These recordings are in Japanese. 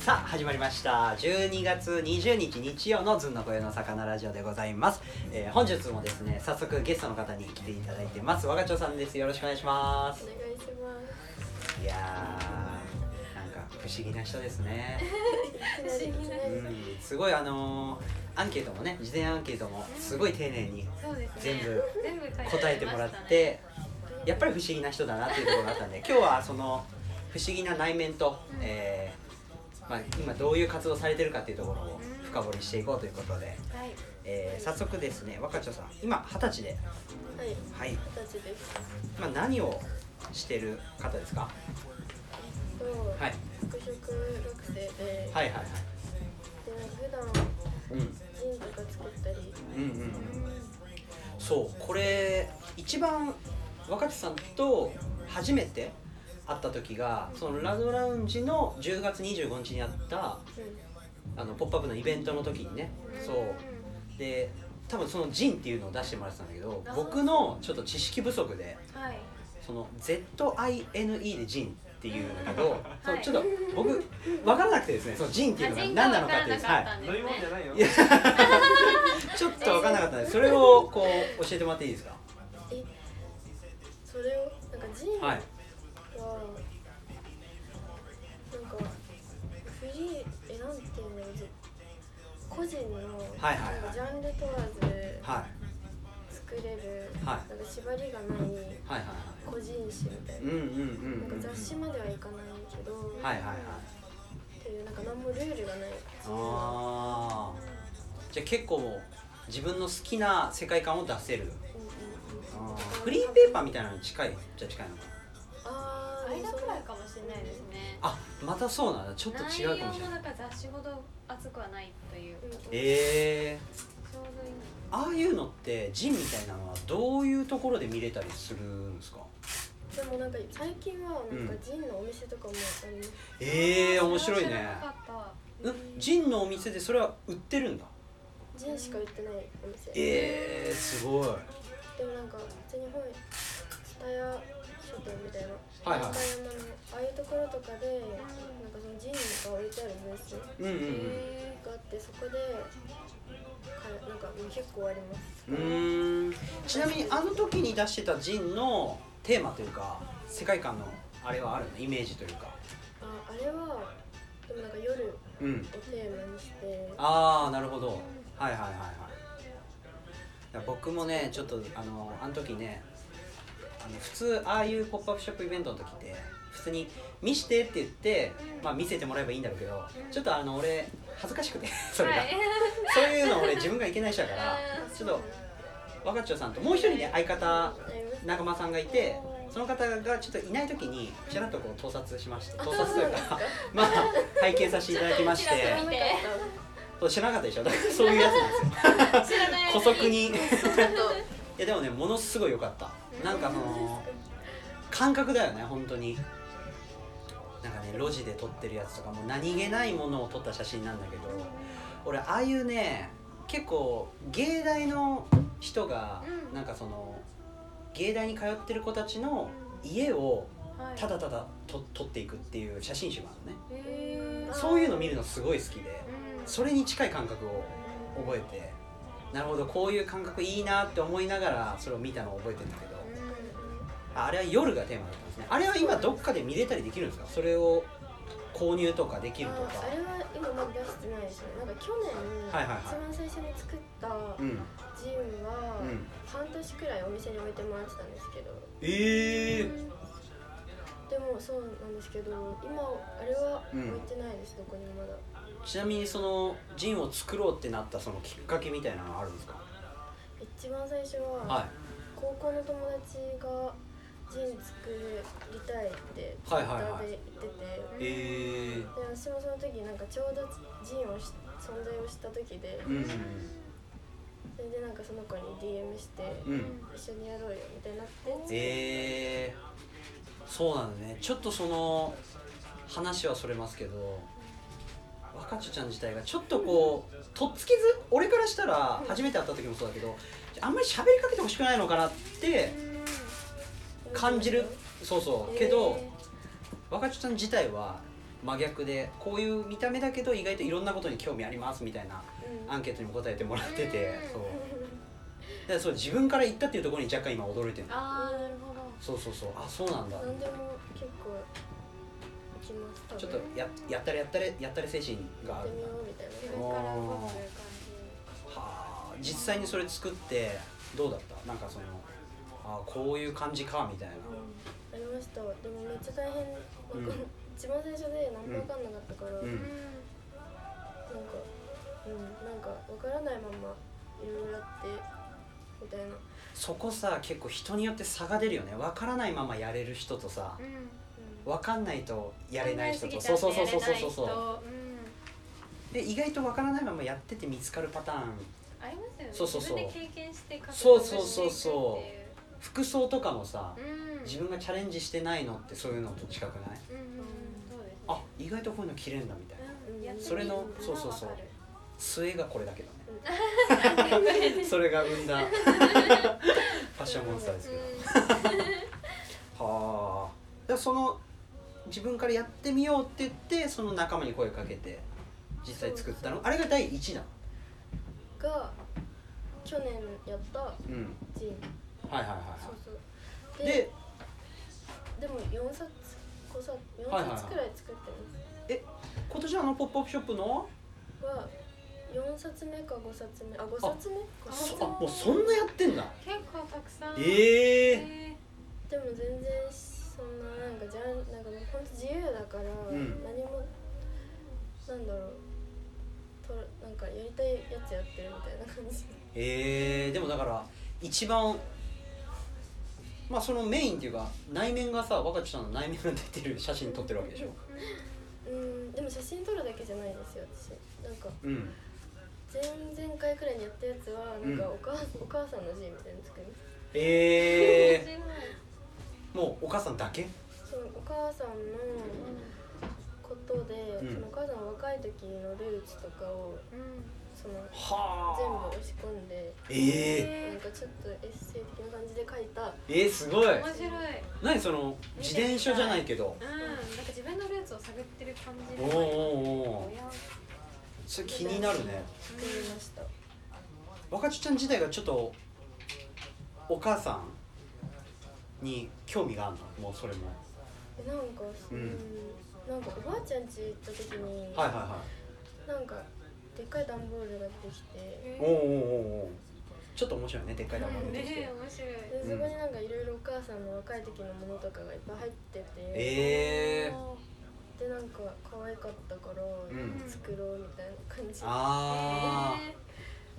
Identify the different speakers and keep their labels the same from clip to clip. Speaker 1: さあ始まりました12月20日日曜のずんの声の魚ラジオでございます、えー本日もですね早速ゲストの方に来ていただいてます我が長さんですよろしくお願いしま
Speaker 2: お
Speaker 1: す
Speaker 2: 願いします。
Speaker 1: いやーなんか不思議な人ですね
Speaker 2: 不思議な
Speaker 1: うんすごいあのーアンケートもね事前アンケートもすごい丁寧に
Speaker 3: そうですね。
Speaker 1: 全部
Speaker 3: 全部書いてありましたね
Speaker 1: 答えてもらってやっぱり不思議な人だなっていうところがあ ったんで今日はその不思議な内面と、えーまあ、今どういう活動されてるかっていうところを深掘りしていこうということで、
Speaker 3: はい。
Speaker 1: えー早速ですね若ちょさん今二十歳で、
Speaker 2: はい、二
Speaker 1: はい
Speaker 2: 十歳です。
Speaker 1: 今何をしてる方ですか、
Speaker 2: と、
Speaker 1: はい、
Speaker 2: 服飾学生で、
Speaker 1: はいはいはい
Speaker 2: でなんか普段
Speaker 1: うん
Speaker 2: ジンとか作ったり、
Speaker 1: うんうんうんそうこれ一番若ちさんと初めて会った時がそのラドラウンジの10月25日にあったあのポップアップのイベントの時にねそうで多分その「ジン」っていうのを出してもらってたんだけど
Speaker 3: あー
Speaker 1: 僕のちょっと知識不足で
Speaker 3: はい。
Speaker 1: その ZINE で「ジン」っていうんだけど、その
Speaker 3: はい
Speaker 1: ちょっと僕分からなくてですねその「ジン」っていうのが何なのかっていう
Speaker 3: あ人
Speaker 1: は
Speaker 3: が分からないかったんですね。
Speaker 4: 飲み物じゃないよ
Speaker 1: いやちょっと分からなか ったんでそれをこう教えてもらっていいですか
Speaker 2: え、それをなんかジンは、
Speaker 1: はい
Speaker 2: なんかフリーえなんていうのじ個人の、
Speaker 1: はいはいはい
Speaker 2: なんかジャンル問わず
Speaker 1: はい
Speaker 2: 作れる、
Speaker 1: はい
Speaker 2: なんか縛りがない
Speaker 1: はいはいは
Speaker 2: 個人誌みたい
Speaker 1: いうん
Speaker 2: な。
Speaker 1: うんうんう
Speaker 2: な
Speaker 1: んん
Speaker 2: か雑誌まではいかないけど、
Speaker 1: はいはいはい
Speaker 2: っていうなんか何もルールがない自由な
Speaker 1: ああじゃあ結構もう自分の好きな世界観を出せる
Speaker 2: うんうんうん
Speaker 1: フリーペーパーみたいなのに近いじゃあ近いのかな
Speaker 2: あーで
Speaker 3: 間
Speaker 2: も
Speaker 3: く
Speaker 2: そ
Speaker 3: ら
Speaker 2: う
Speaker 3: いかもしれないですね。
Speaker 1: あまたそうなんだちょっと違うかもしれ
Speaker 3: 内容
Speaker 1: な
Speaker 3: も
Speaker 1: い
Speaker 3: なんか雑誌ほど厚くはないという。
Speaker 2: うんうん
Speaker 1: え
Speaker 3: ちょうどいい。
Speaker 1: ー、ああいうのってジンみたいなのはどういうところで見れたりするんですか
Speaker 2: でもなんか最近はなんか
Speaker 1: うん
Speaker 2: ジンのお店とかもあります、
Speaker 1: えー、面白い
Speaker 3: 知
Speaker 1: ね
Speaker 3: らなかった
Speaker 1: んジンのお店でそれは売ってるんだ
Speaker 2: ジンしか売ってないお店で
Speaker 1: えー、すごいは
Speaker 2: もなんか普通に本蔦屋書店みたいな蔦
Speaker 1: い
Speaker 2: 屋
Speaker 1: は
Speaker 2: のああいうところとかでなんかそのジンが置いてあるブースが
Speaker 1: いうんうん
Speaker 3: へ
Speaker 2: あってそこで買えなんかもう結構あります
Speaker 1: うんうーんちなみにあの時に出してたジンのテーマというか世界観のあれはあるのイメージというか
Speaker 2: ああれはでもなんか夜を
Speaker 1: うん
Speaker 2: テーマにして
Speaker 1: ああなるほどはいはいはいはいいや僕もねちょっとあのあの時ねあの普通ああいうポップアップショップイベントの時って普通に「見して」って言って、まあ、見せてもらえばいいんだろうけどちょっとあの俺恥ずかしくて そ
Speaker 3: ー。
Speaker 1: れが、
Speaker 3: はい。
Speaker 1: そういうの俺自分がいけない人だからちょっと若鳥さんともう一人ね相方
Speaker 2: あります
Speaker 1: 仲間さんがいてその方がちょっといない時にちらっとこう盗撮しまして盗撮というか まあ拝見させていただきまして
Speaker 3: ちらっと見て
Speaker 1: そう知らなかったでしょだからそういうやつなんですよ
Speaker 3: 知らない。
Speaker 1: 古速。にい
Speaker 2: ちょっと
Speaker 1: やでもねものすごい良かったなんかその感覚だよね本当になんかね路地で撮ってるやつとかもう何気ないものを撮った写真なんだけど俺ああいうね結構芸大の人が
Speaker 3: うん
Speaker 1: なんかその芸大に通ってる子たちの家を
Speaker 3: はい。
Speaker 1: ただただと撮っていくっていう写真集があるのね
Speaker 3: へー。
Speaker 1: そういうの見るのすごい好きで
Speaker 3: うん
Speaker 1: それに近い感覚を覚えてなるほどこういう感覚いいなって思いながらそれを見たのを覚えてんだけどああれは夜がテーマだったんですねあれは今どっかで見れたりできるんですかそれを購入とかできると
Speaker 2: あ
Speaker 1: か
Speaker 2: あれは今まだ出してないですねなんか去年、
Speaker 1: はいはいはい
Speaker 2: 一番最初に作った
Speaker 1: うんうん
Speaker 2: ジンは、半年くらいお店に置いてもらってたんですけど
Speaker 1: ええ
Speaker 2: でもそうなんですけど今あれは
Speaker 1: うん
Speaker 2: 置いてないです、どこにもまだ
Speaker 1: ちなみにそのジンを作ろうってなったそのきっかけみたいなのはあるんですか
Speaker 2: 一番最初は、
Speaker 1: は
Speaker 2: 高校の友達がジン作りたいってツイ
Speaker 1: はい
Speaker 2: ッ
Speaker 1: はい
Speaker 2: タ
Speaker 1: は
Speaker 2: ー
Speaker 1: い
Speaker 2: で言ってて、
Speaker 1: いええ
Speaker 2: で私もその時なんかちょうどジンをし存在をした時で、
Speaker 1: うん
Speaker 2: それでなんかその子に DM して、
Speaker 1: うん
Speaker 2: 一緒にやろうよみたいになって、
Speaker 1: ええそうなのねちょっとその話はそれますけど若ちょちゃん自体がちょっとこうとっつきず俺からしたら初めて会った時もそうだけどあんまり喋りかけてほしくないのかなって感じるそうそうけど若ちょちゃん自体は真逆でこういう見た目だけど意外といろんなことに興味ありますみたいな
Speaker 2: うん
Speaker 1: アンケートにも答えてもらってて
Speaker 3: うん
Speaker 1: そうだからそう自分から言ったっていうところに若干今驚いてる
Speaker 3: あーなるほど
Speaker 1: そうそうそうあそうなんだ
Speaker 2: 何でも結構いきます多分
Speaker 1: ちょっとややったれやったれやったれ精神が
Speaker 2: や
Speaker 1: あ
Speaker 2: って
Speaker 1: る
Speaker 2: みようみたい
Speaker 3: 自
Speaker 2: な
Speaker 3: 分から動く感
Speaker 1: はあ実際にそれ作ってどうだったなんかそのあこういう感じかみたいな
Speaker 2: ありましたでもめっちゃ大変わかん
Speaker 1: うん
Speaker 2: 一番最初で何も分かんなかったから、
Speaker 1: うんう
Speaker 3: じうんん
Speaker 2: なんかうんなんか分からないままいろいろやってみたいな、う
Speaker 1: そこさ結構人によって差が出るよね分からないままやれる人とさ
Speaker 3: うん
Speaker 2: ん
Speaker 1: 分かんないとやれない人
Speaker 3: 考え
Speaker 1: と
Speaker 3: すぎ
Speaker 1: そう
Speaker 3: ちゃ
Speaker 1: そう
Speaker 3: って
Speaker 1: そ
Speaker 3: や
Speaker 1: う
Speaker 3: れ
Speaker 1: そうそうそう
Speaker 3: ない人
Speaker 1: そ
Speaker 3: うん
Speaker 1: うで意外と分からないままやってて見つかるパターン
Speaker 3: ありますよね
Speaker 1: そうそうそう
Speaker 3: 自分で経験して獲得
Speaker 1: そうそうそう
Speaker 3: していくっていう
Speaker 1: 服装とかもさ
Speaker 3: うん
Speaker 1: 自分がチャレンジしてないのってそういうのと近くない
Speaker 3: うんうんうんそうですね
Speaker 1: あ意外とこういうの着れんだみたいな
Speaker 3: うんやってみ
Speaker 2: それの
Speaker 3: たら
Speaker 1: そうそうそう
Speaker 3: わかる
Speaker 1: 末がこれだけどね
Speaker 3: うん
Speaker 1: それが生んだ ファッションモンスターですけどはあでその自分からやってみようって言ってその仲間に声かけて実際作ったのあれが第1弾
Speaker 2: が去年やった
Speaker 1: うん
Speaker 2: ジーン
Speaker 1: はいはいはい
Speaker 2: そう
Speaker 1: は
Speaker 2: そう
Speaker 1: い
Speaker 2: で
Speaker 1: で
Speaker 2: でも4冊5冊
Speaker 1: はいはい
Speaker 2: 4
Speaker 1: はい
Speaker 2: 冊くらい作ってま
Speaker 1: 今年あのポップアップショップの
Speaker 2: すは4冊目か5冊目あ5冊目
Speaker 3: あ
Speaker 2: か
Speaker 1: そあもうそんなやってんだ
Speaker 3: 結構たくさん
Speaker 1: ええ
Speaker 3: え
Speaker 2: でも全然そんななんかじゃんなんかもう本当自由だから、
Speaker 1: ん
Speaker 2: 何もなんだろうとらなんかやりたいやつやってるみたいな感じ
Speaker 1: えー、でもだから一番まあそのメインっていうか内面がさ若ちさんの内面が出てる写真撮ってるわけでしょ
Speaker 2: うんでも写真撮るだけじゃないですよ私なんか
Speaker 1: うん
Speaker 2: 前々回くらいにやったやつはなんか
Speaker 1: うん
Speaker 2: お母,、お母さんの字みたいなの作りま
Speaker 1: え え
Speaker 3: 面白い
Speaker 1: ー、もうお母さんだけ
Speaker 2: すそのお母さんのことで、
Speaker 1: うん
Speaker 2: そのお母さんは若い時のルーツとかを
Speaker 3: うん
Speaker 2: その全部
Speaker 1: はあ
Speaker 2: 押し込んで
Speaker 1: ええー
Speaker 2: なん
Speaker 3: え
Speaker 2: かちょっとエッセイ的な感じで書いた
Speaker 1: えー、すごい
Speaker 3: ー面白いうん
Speaker 1: 何その自転車じゃないけど
Speaker 3: なんか自分のルーツを探ってる感じ
Speaker 1: お
Speaker 3: で
Speaker 1: ー
Speaker 3: もある
Speaker 1: おーおー
Speaker 3: 親
Speaker 1: それ気になるね
Speaker 2: 作りました、
Speaker 1: 若ちちゃん自体がちょっとお母さんに興味があるのもうそれも
Speaker 2: えなんか、
Speaker 1: う
Speaker 2: うんん、なんかおばあちゃん家行った時に、
Speaker 1: はいはいは
Speaker 2: なんかでっかい段ボールが出てきて
Speaker 1: いおーおーおーおーちょっと面白いねでっかい玉
Speaker 3: うん
Speaker 1: 出
Speaker 3: ね
Speaker 1: てきて
Speaker 3: え面白い
Speaker 2: でそこになんかいろいろお母さんの若い時のものとかがいっぱい入ってて、
Speaker 1: ええー、
Speaker 2: でなんか可愛かったから
Speaker 1: ん
Speaker 2: 作ろうみたいな感じ、
Speaker 1: ああ、
Speaker 3: え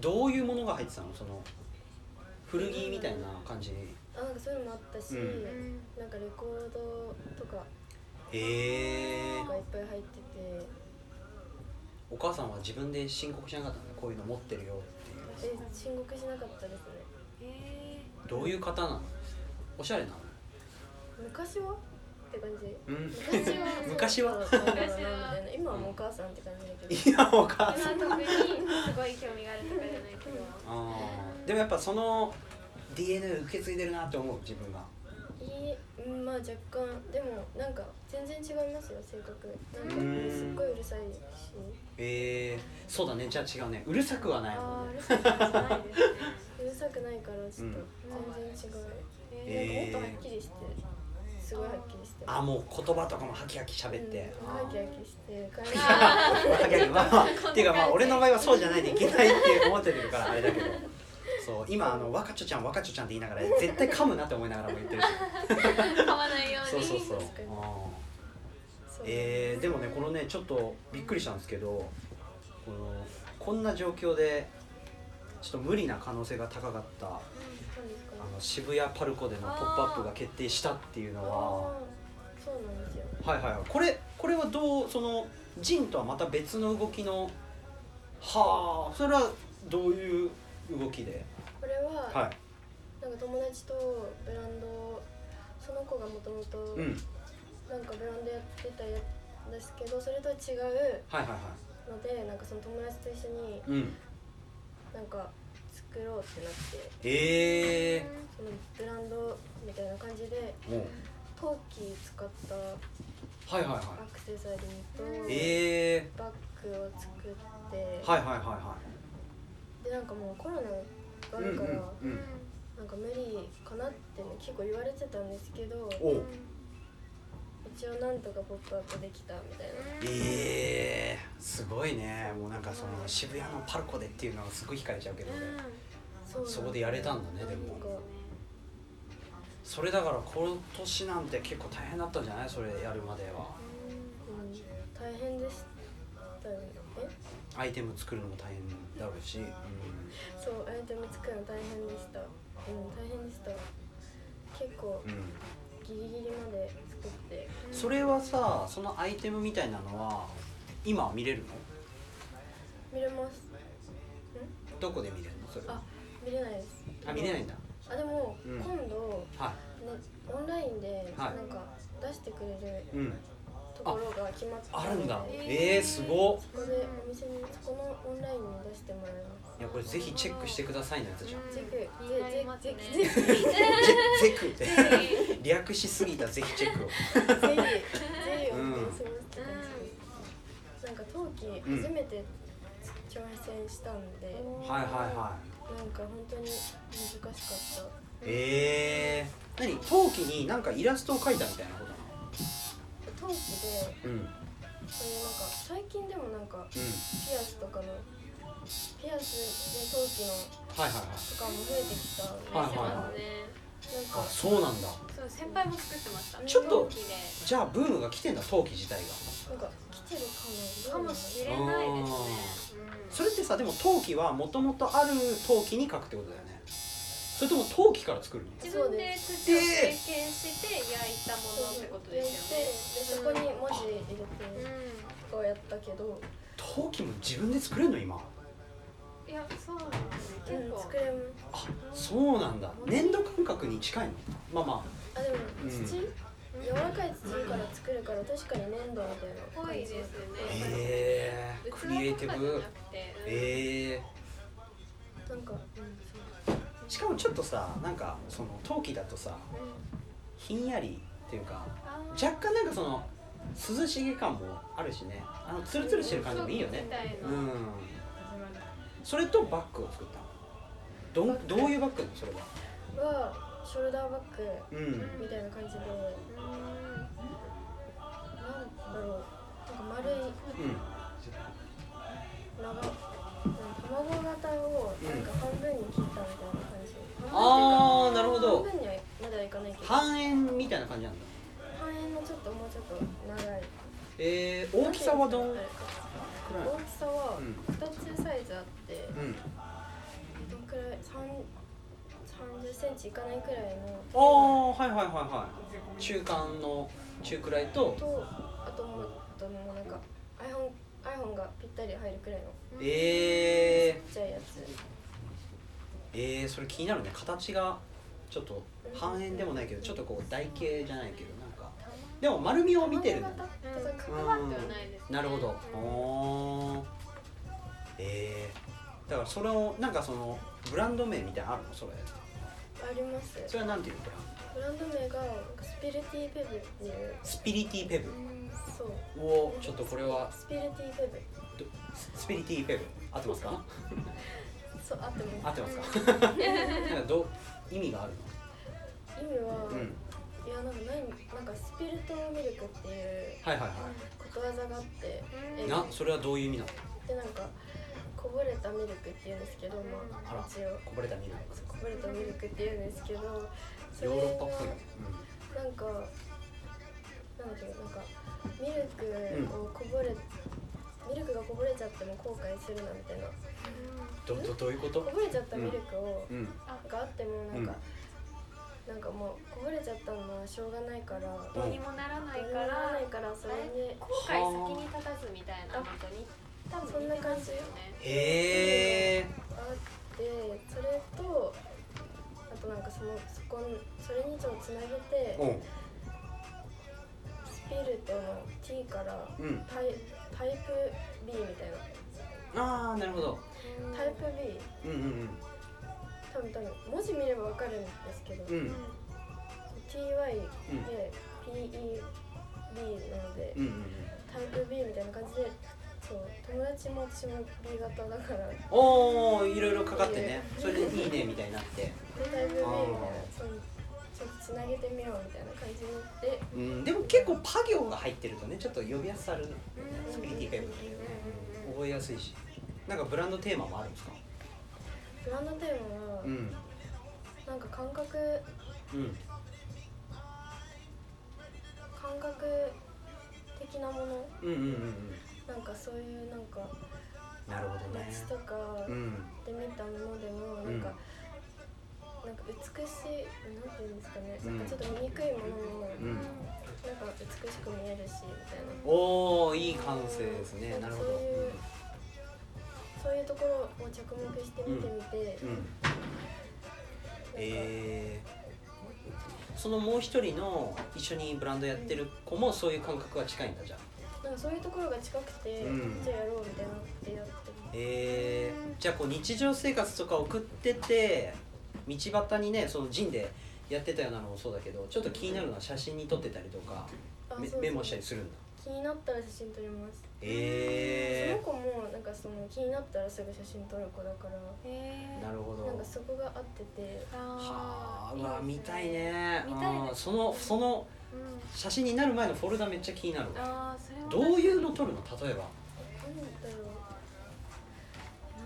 Speaker 1: どういうものが入ってたのその古着みたいな感じ
Speaker 2: あなんかそういうのもあった
Speaker 1: う
Speaker 2: し、
Speaker 1: ん
Speaker 3: ーうん
Speaker 2: なんかレコードとか
Speaker 1: へえ
Speaker 2: がいっぱい入ってて
Speaker 1: お母さんは自分で申告しなかったのねこういうの持ってるよって
Speaker 2: え申告しなかったですね
Speaker 3: え
Speaker 1: いうどういう方なのおしゃれなの
Speaker 2: 昔はって感 じ
Speaker 1: うん
Speaker 2: 昔は
Speaker 1: 昔は
Speaker 2: そうだったのかなみたいな今はもうお母さんって感じだけど
Speaker 1: いやお母
Speaker 3: ー
Speaker 1: さん
Speaker 3: 今特にすごい興味があるとかじゃないけ ど
Speaker 1: あーでもやっぱその DNA 受け継いでるなって思う自分が
Speaker 2: いいうんまあ若干でもなんか全然違いますよ性格なんか
Speaker 1: うーん
Speaker 2: すっごいうるさいし
Speaker 1: えー、そうだねじゃあ違うねうるさくはないも
Speaker 3: あ
Speaker 1: ん
Speaker 3: ー
Speaker 1: ね
Speaker 3: 嬉しい感じじゃないですね
Speaker 2: うるさくないからちょっと全然違う、
Speaker 1: えー
Speaker 2: なんかもっとはっきりしてすごいはっきりして
Speaker 1: あもう言葉とかもハキハキ喋って、
Speaker 2: うん
Speaker 1: あー
Speaker 2: ハキハキして感じ
Speaker 3: あー
Speaker 1: まあ逆にまあまあっていうかまあ俺の場合はそうじゃないといけないって思ってるからあれだ けどそう今あの若ちょちゃん若ちょちゃんって言いながら絶対噛むなって思いながらも言ってる し
Speaker 3: 買わないよう
Speaker 1: そう
Speaker 3: に
Speaker 1: そうそう
Speaker 2: 確かに
Speaker 1: あ
Speaker 2: そ
Speaker 1: ー
Speaker 2: う
Speaker 1: えー、でもねこのねちょっとびっくりしたんですけどこのこんな状況でちょっと無理な可能性が高かったあ
Speaker 2: なんですかね
Speaker 1: の渋谷パルコでの「ポップアップが決定したっていう
Speaker 2: あ
Speaker 1: のは
Speaker 2: ーそうなんですよ
Speaker 1: はいはいはいこれこれはどうそのジンとはまた別の動きのはあそれはどういう動きで
Speaker 2: これは、
Speaker 1: は
Speaker 2: なんか友達とブランドをその子がもともと
Speaker 1: いうん
Speaker 2: なんかブランドやってたやつですけどそれとは違う
Speaker 1: はいはいは
Speaker 2: のでなんかその友達と一緒に
Speaker 1: いうん
Speaker 2: なんか作ろうってなって
Speaker 1: ええ
Speaker 2: そのブランドみたいな感じで
Speaker 1: ー、もう
Speaker 2: 陶器使ったア
Speaker 1: はいはいはい
Speaker 2: クセサリーと、
Speaker 1: え
Speaker 2: バッグを作って、
Speaker 1: ー、はいはいはいは
Speaker 2: でなんかもうコロナがあ
Speaker 1: いうんう
Speaker 2: る
Speaker 1: ん
Speaker 2: から、
Speaker 1: うん
Speaker 2: なんか無理かなって、ね、結構言われてたんですけど
Speaker 1: おう
Speaker 2: 一応なんとか「ポップアップできたみたいな
Speaker 1: えー、すごいねもうなんかその渋谷のパルコでっていうのはすごい惹かれちゃうけど俺
Speaker 2: そうなん
Speaker 1: そこでやれたんだねでも
Speaker 2: なんか
Speaker 1: それだから今年なんて結構大変だったんじゃないそれやるまでは
Speaker 2: うん、大変でしたよねえ
Speaker 1: アイテム作るのも大変だろうし、うん、
Speaker 2: そうアイテム作るの大変でしたうん大変でした結構
Speaker 1: うん、
Speaker 2: ギリギリまで作って
Speaker 1: それはさそのアイテムみたいなのは今は見れるの
Speaker 2: 見れます
Speaker 1: どこで見れるのそれは
Speaker 2: あ見れないです
Speaker 1: あ見れないんだ
Speaker 2: あでも、
Speaker 1: うん
Speaker 2: 今度
Speaker 1: は
Speaker 2: ねオンラインで
Speaker 1: は
Speaker 2: ないんか出してくれる
Speaker 1: いうん
Speaker 2: ところが決まって
Speaker 1: あるんだ
Speaker 2: ので
Speaker 1: えー、すごっ
Speaker 2: そこでお店にそこのオンラインに出してもらいます
Speaker 1: いやこれぜひチェックしてくださいのや つじゃん
Speaker 3: うん
Speaker 2: ぜひぜ
Speaker 3: 気になりますね
Speaker 2: ぜぜぜひ
Speaker 1: ぜぜくって 略しすぎたぜひチェックを
Speaker 2: ぜひ、ぜひお
Speaker 1: うん
Speaker 2: 願いしますって感じです。なんか陶器
Speaker 1: うん
Speaker 2: 初めて挑戦したんで、
Speaker 1: はいはいは
Speaker 2: なんか本当に難しかっ
Speaker 1: いえー、何陶器になんかイラストを描いたみたいなことなの
Speaker 2: た。陶器で、
Speaker 1: うんうん
Speaker 2: そういうなんか最近でもなんかピアスとかのピアスで陶器の
Speaker 1: はいはいはい
Speaker 2: とかも増えてきたんですよ。
Speaker 1: はいはい
Speaker 2: な
Speaker 1: は
Speaker 2: ん
Speaker 1: い
Speaker 2: か
Speaker 1: あそうなんだ
Speaker 3: そう先輩も作ってました。
Speaker 2: ちょっ
Speaker 1: と
Speaker 3: 同期で
Speaker 1: じゃあブームが来てんだ陶器自体が
Speaker 2: なんか来てるか
Speaker 3: か
Speaker 2: も
Speaker 3: もしれないですね。うん
Speaker 1: それってさでも陶器はもともとある陶器に書くってことだよねそれとも陶器から作るの
Speaker 3: 自分で土を成形して焼いたものってことです
Speaker 2: そこに文字入れ
Speaker 3: よね
Speaker 2: て。
Speaker 3: う
Speaker 2: とかをやったけど、
Speaker 1: 陶器も自分で作れるの今
Speaker 3: ん。いやそうなんですね。
Speaker 2: う
Speaker 3: 結
Speaker 2: ん、
Speaker 3: 構
Speaker 2: 作れます。
Speaker 1: あそうなんだ粘土感覚に近いのまあま
Speaker 2: あでも
Speaker 1: うん
Speaker 2: 土、柔らかい土から作るから確かに粘土みたいな
Speaker 3: 濃
Speaker 2: 感
Speaker 3: い
Speaker 2: じ
Speaker 3: ですよね。
Speaker 1: あへえ
Speaker 3: 器
Speaker 1: ー、
Speaker 3: と
Speaker 1: ク
Speaker 3: か
Speaker 1: リ
Speaker 3: じ
Speaker 1: エ
Speaker 3: ゃ
Speaker 1: イ
Speaker 3: な
Speaker 1: ティ
Speaker 3: く
Speaker 1: ブ
Speaker 3: てうん
Speaker 1: え
Speaker 2: なんか、
Speaker 1: ー、しかもちょっとさなんかその陶器だとさ
Speaker 3: うん
Speaker 1: ひんやりっていうか
Speaker 3: あー
Speaker 1: 若干なんかその涼しげ感もあるしねあのツルツルしてる感じもいいよね
Speaker 3: みたいな
Speaker 1: うんそれとバッグを作ったのどんどういうバッグなのそれは
Speaker 2: うん、はショルダーバッグ
Speaker 1: うん
Speaker 2: みたいな感じで
Speaker 3: うん
Speaker 2: なんだろうなんか丸い
Speaker 1: うん
Speaker 2: 長なんか卵型をなんか半分に切ったみたいな感じ、
Speaker 1: あーなるほど
Speaker 2: 半分にはまだいかないけど半
Speaker 1: 半円みたいな感じなんだ
Speaker 2: 円のちょっともうちょっと長い
Speaker 1: えー、大きさはどんく
Speaker 2: あ
Speaker 1: らい
Speaker 2: れか大きさは
Speaker 1: うん
Speaker 2: 2つサイズあって
Speaker 1: うん
Speaker 2: どんくらい3 30センチいかないくらいの
Speaker 1: ああはいはいはいはい中間の中くらいと
Speaker 2: とあともうあともうなんか iPhone, iPhone がぴったり入るくらいの
Speaker 1: え
Speaker 2: ちっちゃいやつ
Speaker 1: ー、えー、それ気になるね形がちょっと半円でもないけどちょっとこう台形じゃないけどなんかでも丸みを見てるんだね
Speaker 2: だから
Speaker 3: 角張ってはないですね
Speaker 1: なるほど、
Speaker 3: うん
Speaker 1: おーえー、だからそれをなんかそのブランド名みたいなのあるのそれ
Speaker 2: あります
Speaker 1: それはなんていうブランド
Speaker 2: ブランド名がなんかスピルティペブっていう
Speaker 1: スピリティペブ
Speaker 2: そう
Speaker 1: をちょっとこれは
Speaker 2: スピルティペブ
Speaker 1: どススピリティペブ合ってますか
Speaker 2: そうあって
Speaker 1: 合
Speaker 2: も
Speaker 1: ってますかなんかどう意味がある
Speaker 2: 意味は、
Speaker 1: のうん
Speaker 2: いやなんかないなんかスピルトミルクっていう
Speaker 1: はいはいは
Speaker 2: ことわざがあって
Speaker 1: い
Speaker 2: え
Speaker 1: なそれはどういう意味なの
Speaker 2: でなんかこぼれたミルクっていうんですけどま
Speaker 1: あら
Speaker 2: あ一応
Speaker 1: こぼれたミル
Speaker 2: こぼれたミルクっていうんですけどそ
Speaker 1: ヨーロッパっぽい
Speaker 2: がなんか、なんだっけ、なんか、ミルクをこぼれ、ミルクがこぼれちゃっても後悔するなみたいな。
Speaker 1: うんどどどういうこ
Speaker 2: ことぼれちゃったミルクを、
Speaker 1: うん
Speaker 2: があっても、なんか、なんかもう、こぼれちゃったのはしょうがないから。
Speaker 1: う
Speaker 3: ど
Speaker 1: ん
Speaker 3: うにもならない
Speaker 2: どうにもな
Speaker 3: か
Speaker 2: ら
Speaker 3: ら
Speaker 2: ないから、それに、
Speaker 3: 後悔先に立たずみたいなことに多分
Speaker 2: そんな感じ
Speaker 3: よね
Speaker 1: へえ
Speaker 2: あって、それと。あと、なんか、その、そこに、それにちょっとつなげて、
Speaker 1: うん
Speaker 2: スピルトの T から。
Speaker 1: うん
Speaker 2: タイ、タイプ B みたい
Speaker 1: あ
Speaker 2: な。
Speaker 1: あなるほど
Speaker 2: タイプ B。
Speaker 1: うんうん
Speaker 2: 多分多分文字見ればわかるんですけど、
Speaker 1: うんう
Speaker 2: T
Speaker 1: ん
Speaker 2: PY
Speaker 1: うん
Speaker 2: で PEB なので、
Speaker 1: うんうんうん
Speaker 2: タイプ B みたいな感じでそう友達も私も B 型だからで
Speaker 1: おおいろいろかかってねそれでいいねみたいになって
Speaker 2: タイプ B みたいな
Speaker 1: あー
Speaker 2: そうちょっとつなげてみようみたいな感じになって
Speaker 1: うんでも結構パ行が入ってるとねちょっと呼びやすさあるよね
Speaker 3: うん
Speaker 1: スピーディーか呼ぶんだよね
Speaker 3: うん
Speaker 1: 覚えやすいしなんかブランドテーマもあるんですか
Speaker 2: ブランドテーマは、
Speaker 1: うん
Speaker 2: なんか感覚
Speaker 1: うん
Speaker 2: 感覚的なもの
Speaker 1: うんうんうんうん
Speaker 2: なんかそういうなんか
Speaker 1: なるほどね
Speaker 2: 街とか
Speaker 1: うん
Speaker 2: で見たものでもなんか、なんか美しいなんていうんですかね、
Speaker 1: うん
Speaker 2: なんかちょっと醜いものも、
Speaker 1: う
Speaker 2: なん
Speaker 1: ん
Speaker 2: か美しく見えるしみたいな
Speaker 1: おおいい感性ですねなるほど
Speaker 2: そういうそういうところを着目して見てみて、
Speaker 1: うんうん
Speaker 2: なんか
Speaker 1: えーそのもう一人の一緒にブランドやってる子もそういう感覚が近いんだじゃあ
Speaker 2: なんかそういうところが近くて、
Speaker 1: うん
Speaker 2: じゃあやろうみたいなってやってま
Speaker 1: えーじゃあこう日常生活とか送ってて道端にねそのジンでやってたようなのもそうだけどちょっと気になるのは写真に撮ってたりとか
Speaker 2: すあ
Speaker 1: メ
Speaker 2: そうそう
Speaker 1: メモしたりするんだ
Speaker 2: 気になったら写真撮ります、
Speaker 1: え
Speaker 2: その子もなんかその気になったらすぐ写真撮る子だから
Speaker 3: へ
Speaker 1: ー、
Speaker 3: ー
Speaker 1: なるほ
Speaker 2: なん
Speaker 1: ど
Speaker 2: かそこが合ってて
Speaker 1: はあ
Speaker 3: あー
Speaker 1: うわ
Speaker 3: いい
Speaker 1: 見
Speaker 3: です
Speaker 1: たいね
Speaker 3: 見たいね
Speaker 1: うんそのその
Speaker 3: うん
Speaker 1: 写真になる前のフォルダめっちゃ気になるわ
Speaker 3: あーそれは
Speaker 1: どういうの撮るの例えば
Speaker 2: 何だろう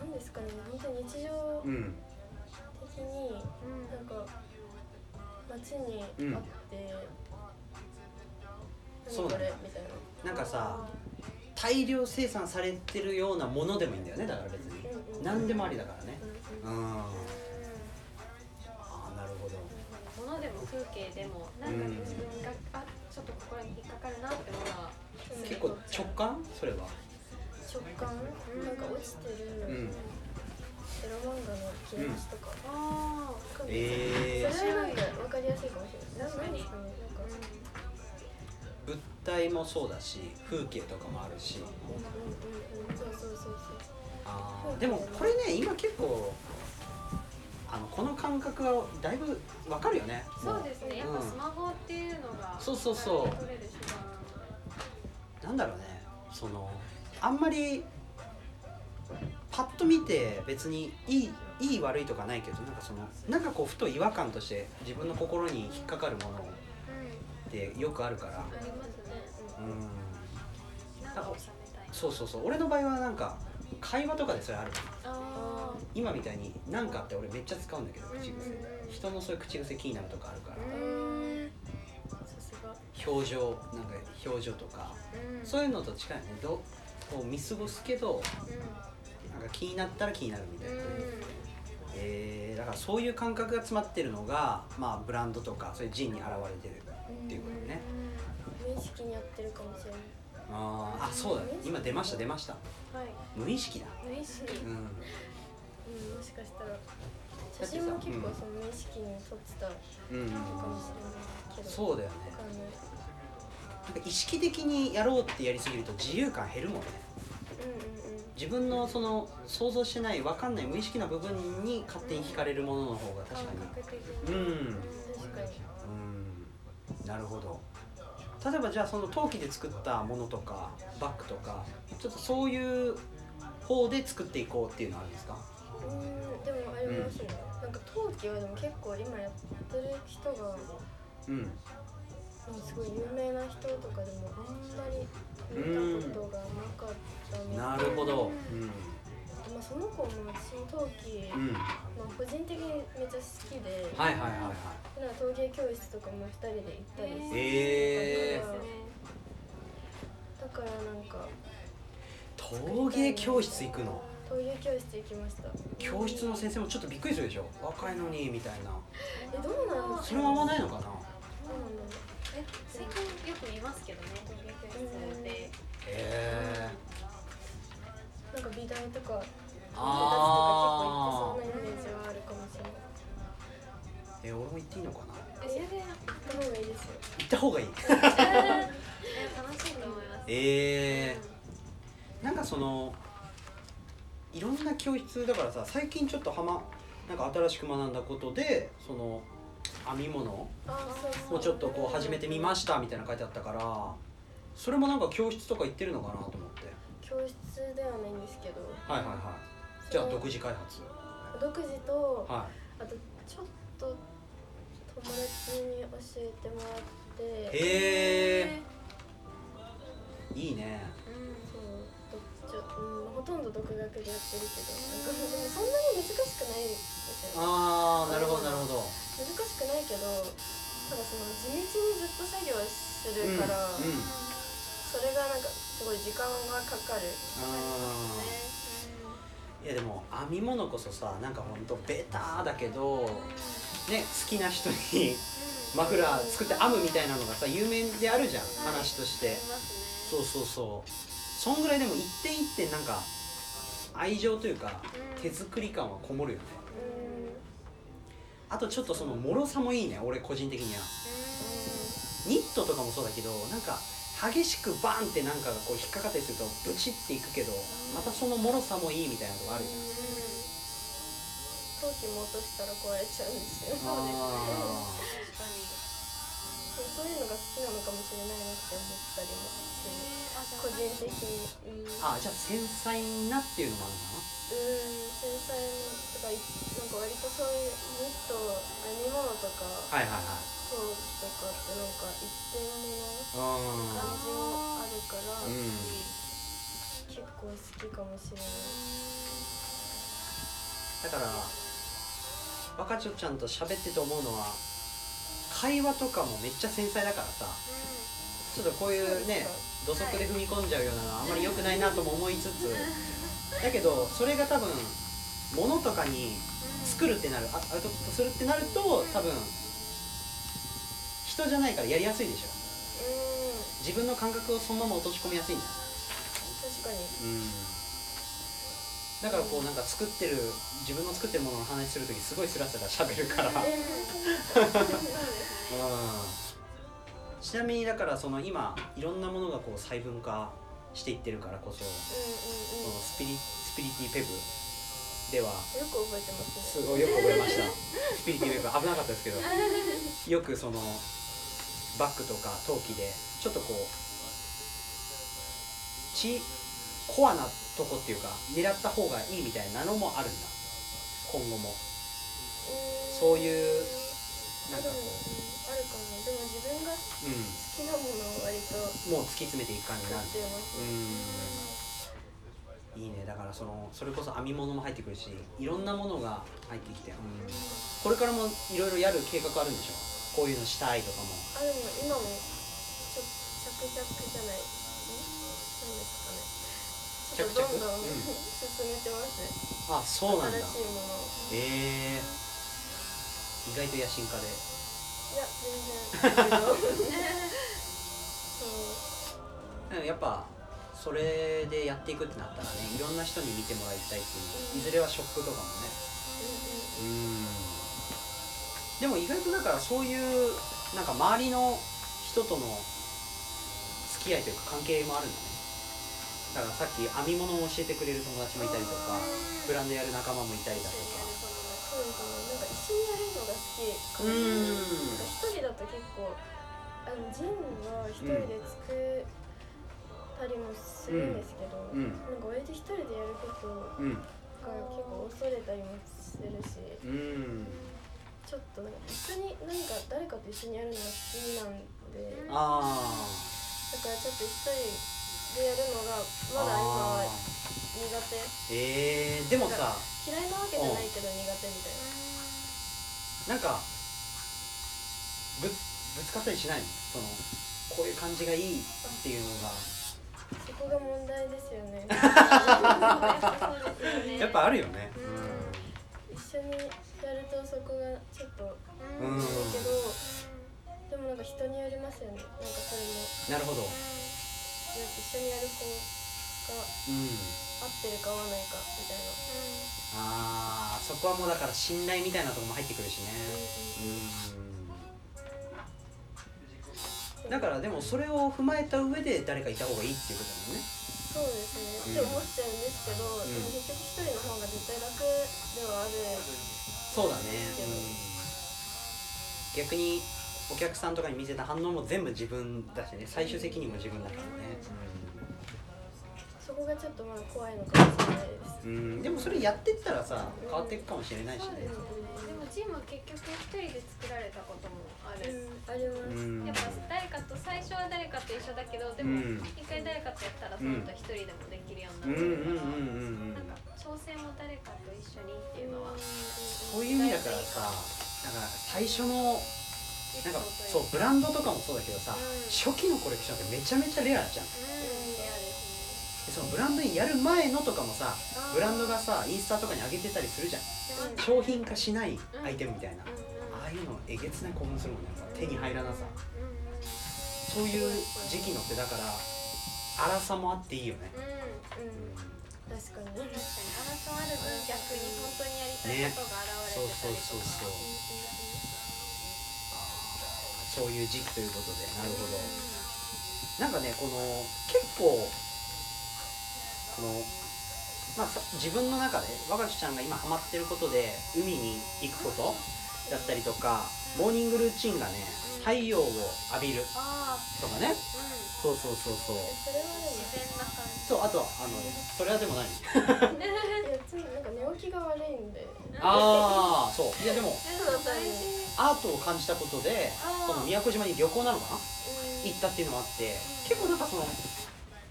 Speaker 2: 何ですかね本当日常
Speaker 1: うん
Speaker 2: 的に
Speaker 3: うん
Speaker 2: なんか街にあって、
Speaker 1: うん
Speaker 2: 何
Speaker 1: そう
Speaker 2: こ
Speaker 1: なんだ
Speaker 2: れみたいな
Speaker 1: なんかさ大量生産されてるようなものでもいいんだよねだから別に
Speaker 2: うんうん
Speaker 1: 何でもありだからね
Speaker 2: うん
Speaker 1: うん
Speaker 2: うん
Speaker 1: あ
Speaker 3: う
Speaker 1: あなるほど
Speaker 3: ん物でも風景でもなんか自分があちょっと心に引っかかるなってものは
Speaker 1: 結構直感それは
Speaker 2: 食感なんか落ちてる
Speaker 1: う
Speaker 2: エ
Speaker 1: ん
Speaker 2: ロ漫画の切れ端とか、
Speaker 3: あ
Speaker 2: わかんない
Speaker 1: えー
Speaker 2: それはなんか分かりやすいかもしれない何ですかね
Speaker 3: ー
Speaker 2: なんか、
Speaker 1: 物体もそうだし風景とかもあるし
Speaker 2: うんうんうんうんそうそうそうそう
Speaker 1: あーでもこれね今結構あのこの感覚はだいぶわかるよねも
Speaker 3: そうですねやっぱスマホっていうのが
Speaker 1: そうそうそう
Speaker 3: 取れる手段なんで
Speaker 1: なんだろうねそのあんまりパッと見て別にいいいい悪いとかないけどなんかそのなんかこうふと違和感として自分の心に引っかかるものってよくあるから
Speaker 3: ありますね
Speaker 1: うん
Speaker 3: なんか収めたい
Speaker 1: そうそうそう俺の場合はなんか会話とかでそれある
Speaker 3: あ
Speaker 1: 今みたいに「なんか」って俺めっちゃ使うんだけど口癖
Speaker 3: うんうん
Speaker 1: 人のそういう口癖気になるとかあるから
Speaker 3: ーうん
Speaker 2: さすが
Speaker 1: 表情なんか表情とか
Speaker 3: うん
Speaker 1: そういうのと近いよねどこう見過ごすけどなんか気になったら気になるみたいな、えーだからそういう感覚が詰まってるのが、まあ、ブランドとかそういうジンに現れてるっていうことね、
Speaker 2: 無意識にやってるかもしれない
Speaker 1: あーあそうだね今出ました出ました
Speaker 3: はい
Speaker 1: 無意識だ
Speaker 3: 無意識
Speaker 1: うん
Speaker 2: うん、もしかしたら写真も結構その無意識に撮ってたの
Speaker 1: うん、うん、
Speaker 2: かもしれないけど
Speaker 1: そうだよね
Speaker 2: わかんない
Speaker 1: なんか意識的にやろうってやりすぎると自由感減るもんね
Speaker 2: うんうんうん
Speaker 1: 自分のその想像してない分かんない無意識な部分に勝手に惹かれるものの方が確
Speaker 3: 感
Speaker 1: かに
Speaker 3: 覚的
Speaker 1: う
Speaker 3: に
Speaker 1: ん
Speaker 2: 確かに
Speaker 1: うんなるほど例えばじゃあその陶器で作ったものとかバッグとかちょっとそういう方で作っていこうっていうのはあるんですか
Speaker 2: うんでもありますね、なんか陶器はでも結構今やってる人が
Speaker 1: うん
Speaker 2: うんすごい有名な人とかでもあんまり見たことがなかったので、
Speaker 1: なるほど
Speaker 2: まあ、その子も私も陶器、
Speaker 1: うん、うん、はい
Speaker 2: まあ、個人的にめっちゃ好きで、
Speaker 1: はいはいはい
Speaker 2: なんか陶芸教室とかも2人で行ったりして、
Speaker 1: え
Speaker 3: そ
Speaker 1: ー
Speaker 3: うですね
Speaker 2: だからなんか
Speaker 1: 陶芸教室行くの
Speaker 2: 陶芸教室行きました
Speaker 1: 教室の先生もちょっとびっくりするでしょ若いのにみたいな
Speaker 2: えどうなんで
Speaker 1: そ
Speaker 2: すか
Speaker 1: れは合わないのかな
Speaker 2: どうなんだろう
Speaker 3: え最近よく見ますけどね陶芸教室で
Speaker 1: へえ
Speaker 2: なんか美大とか
Speaker 1: あ
Speaker 2: 美大とか結構行ってそうなイメージはあるかもしれない
Speaker 1: ーえ俺も行っていいのかな
Speaker 3: えそれで
Speaker 2: 行った方がいいです
Speaker 1: 行
Speaker 2: よ
Speaker 1: った方がいい
Speaker 3: え楽しいと思います
Speaker 1: えー、なんかそのいろんな教室だからさ最近ちょっとハマなんか新しく学んだことでその編み物を
Speaker 2: あそうそう
Speaker 1: ちょっとこう始めてみましたみたいなの書いてあったからそれもなんか教室とか行ってるのかなと思って
Speaker 2: 教室ではないんですけど
Speaker 1: はいはいはいじゃあ
Speaker 2: それ
Speaker 1: 独自開発
Speaker 2: 独自と
Speaker 1: は
Speaker 2: あとちょっと友達に教えてもらっ
Speaker 1: い
Speaker 2: て
Speaker 1: へえいいね
Speaker 3: う
Speaker 2: そうどちょ、うん、ほとんど独学でやってるけどなんかでもそんなに難しくないですよ
Speaker 1: ああなるほどなるほど
Speaker 2: 難しくないけどただその地道にずっと作業するから、
Speaker 1: うんうん
Speaker 2: それがなんかすごい時間がかかる
Speaker 1: あー
Speaker 3: ん
Speaker 1: いやでも編み物こそさなんかほんとベターだけどね好きな人にマフラー作って編むみたいなのがさ有名であるじゃん話として
Speaker 3: そ
Speaker 1: そうそうそうそんぐらいでも一点一点なんか愛情というか手作り感はこもるよね
Speaker 2: うん
Speaker 1: あとちょっとその脆さもいいね俺個人的にはニットとかもそうだけどなんか激しくバーンってなんかがこう引っかかったりするとブチっていくけどまたその脆さもいいみたいなのがあるじゃん
Speaker 2: 陶器も落としたら壊れちゃうんですよ
Speaker 3: うですね
Speaker 1: あー
Speaker 3: 確かに
Speaker 2: そういうのが好きなのかもしれないなって思ったりもして個人
Speaker 3: 個人
Speaker 2: 的にうん
Speaker 3: 的
Speaker 1: あじゃあ繊細なっていうのもある
Speaker 2: うん繊細とかいなんか割とそういうニット編み物とか
Speaker 1: のかなはいはいはい
Speaker 2: 陶器とかってなんか一点物
Speaker 1: あ
Speaker 2: 感じもあるから、
Speaker 1: うん
Speaker 2: 結構好きかもしれない
Speaker 1: だから若ちょちゃんと喋ってて思うのは会話とかもめっちゃ繊細だからさちょっとこういうね土足で踏み込んじゃうようなのはあんまり良くないなとも思いつつだけどそれが多分物とかに作るってなるあアウトプットするってなると多分人じゃないからやりやすいでしょ
Speaker 2: うん
Speaker 1: 自分の感覚をそのまま落とし込みやすいんじゃないだ
Speaker 2: 確かに
Speaker 1: からこうなんか作ってる自分の作ってるものの話するときすごいスラスラ喋るから、うん、ちなみにだからその今いろんなものがこう細分化していってるからこそ
Speaker 2: うん
Speaker 1: そ
Speaker 2: うん
Speaker 1: の
Speaker 2: うん
Speaker 1: スピリスピリティペブでは
Speaker 2: よく覚えてます
Speaker 1: す
Speaker 2: ね
Speaker 1: ごいよく覚えましたスピリティペブ危なかったですけどよくそのバッグとか陶器でちょっとこうちコアなとこっていうか狙った方がいいみたいなのもあるんだ今後もそういう
Speaker 2: あ
Speaker 1: なん
Speaker 2: で
Speaker 1: か
Speaker 2: も
Speaker 1: こ
Speaker 2: あるかもでも自分が好
Speaker 1: う、う
Speaker 2: きなものを割と
Speaker 1: ん、もう突き詰めていく感じに
Speaker 2: 買
Speaker 1: なる
Speaker 2: ってます
Speaker 1: うんいいねだからそのそれこそ編み物も入ってくるしいろんなものが入ってきて、うんこれからもいろいろやる計画あるんでしょこういうのしたいとかも
Speaker 2: あでも今もちょ着々じゃないん何ですかねちょっとどんどん
Speaker 1: 着々うん
Speaker 2: 進めてますね
Speaker 1: あそうなんだ
Speaker 2: 新しいものを
Speaker 1: ええ意外と野心家で
Speaker 2: いや全然そう
Speaker 1: うんやっぱそれでやっていくってなったらねいろんな人に見てもらいたいっていういずれはショップとかもねうんでも意外とだからそういうなんか周りの人との付き合いというか関係もあるんだねだからさっき編み物を教えてくれる友達もいたりとかブランドやる仲間もいたりだとか
Speaker 2: そうですね。なんか一緒にやるのが好きか
Speaker 1: う
Speaker 2: も
Speaker 1: ん
Speaker 2: しれない。なんか一人だと結構、あのジンは一人で作ったりもするんですけど、
Speaker 1: うん
Speaker 2: なんか割と一人でやることが
Speaker 1: うん
Speaker 2: 結構恐れたりもするし、
Speaker 1: うん
Speaker 2: ちょっとなんか一緒になんか誰かと一緒にやるのが好きなんで、だ
Speaker 1: あ
Speaker 2: からちょっと一人でやるのが
Speaker 1: ー
Speaker 2: まだ今
Speaker 1: あ
Speaker 2: は苦手。
Speaker 1: ーえー、でもさ
Speaker 2: 嫌いなわけじゃないけど苦手みたいな。
Speaker 1: なんかぶぶつかったりしないのそのこういう感じがいいっていうの
Speaker 2: そこが問題ですよね。
Speaker 1: がやっぱあるよね
Speaker 2: 一緒にやるとそこがちょっとだ
Speaker 1: うん
Speaker 2: けど、でもなんか人によりますよねなんかそ
Speaker 1: な
Speaker 2: れも
Speaker 1: るほど
Speaker 2: 一緒にやる子が
Speaker 1: うん
Speaker 2: 合ってるか合わないかみたいな、
Speaker 1: あーそこはもうだから信頼みたいなとこも入ってくるしねうんだからでもそれを踏まえた上で誰かいた方がいいっていうことだもんね
Speaker 2: そうですねって思っちゃうんですけど、
Speaker 1: ん
Speaker 2: でも結局一人の方が絶対楽ではある
Speaker 1: そうだね、逆にお客さんとかに見せた反応も全部自分だしね最終責任も自分だからね、
Speaker 2: そこがちょっとまだ怖いのかもしれないです
Speaker 1: うんうんでもそれやってったらさ変わっていくかもしれないし
Speaker 3: そうで
Speaker 1: ね
Speaker 3: すねでもチームは結局一人で作られたこともある、
Speaker 2: あります、
Speaker 1: うん
Speaker 3: やっぱ誰かと最初は誰かと一緒だけどで
Speaker 1: う
Speaker 3: も
Speaker 1: ん
Speaker 3: 一回誰かとやったらその人一人でもできるよう
Speaker 1: うん
Speaker 3: に
Speaker 1: うんうんうんう
Speaker 3: なる
Speaker 1: ん
Speaker 3: から、なんか挑戦も誰かと一緒にっていうのは、
Speaker 1: そういう意味だからさなんか最初のなんかそうブランドとかもそうだけどさ、
Speaker 3: うん
Speaker 1: 初期のコレクションってめちゃめちゃレアじゃん
Speaker 3: うんレアです
Speaker 1: でそのブランドにやる前のとかもさ
Speaker 3: ね
Speaker 1: ブランドがさインスタとかに上げてたりするじゃん
Speaker 2: う
Speaker 1: 商
Speaker 2: ん
Speaker 1: 品化しないアイテムみたいな、
Speaker 3: うんうん
Speaker 1: ああいうのえげつない興奮するもんねやっぱ手に入らなさ
Speaker 3: うんうんうん
Speaker 1: そういう時期のってだから粗さもあっていいよね、
Speaker 2: うん
Speaker 1: うん
Speaker 2: 確かに、
Speaker 3: 確かに争わる分逆に本当にやりたいことが現
Speaker 1: そう
Speaker 3: れてた
Speaker 1: そう
Speaker 3: り
Speaker 1: そうそ
Speaker 3: とか、
Speaker 1: うそういう時期ということでなるほどなんかねこの結構このまあさ自分の中で若ちちゃんが今ハマってることで海に行くことだったりとかモーニングルーチンがね太陽を浴びる
Speaker 3: ああ
Speaker 1: とかね
Speaker 3: うん
Speaker 1: そうそうそうそう
Speaker 2: それは
Speaker 3: 自然な感じ
Speaker 1: そうあとはあのそれはでもない
Speaker 2: でもいやちょっとなんか寝起きが悪いんで
Speaker 1: ああそういやでも
Speaker 3: そう大事
Speaker 1: アートを感じたことで
Speaker 3: あー
Speaker 1: この宮古島に旅行なのかな行ったっていうのもあって結構なんかその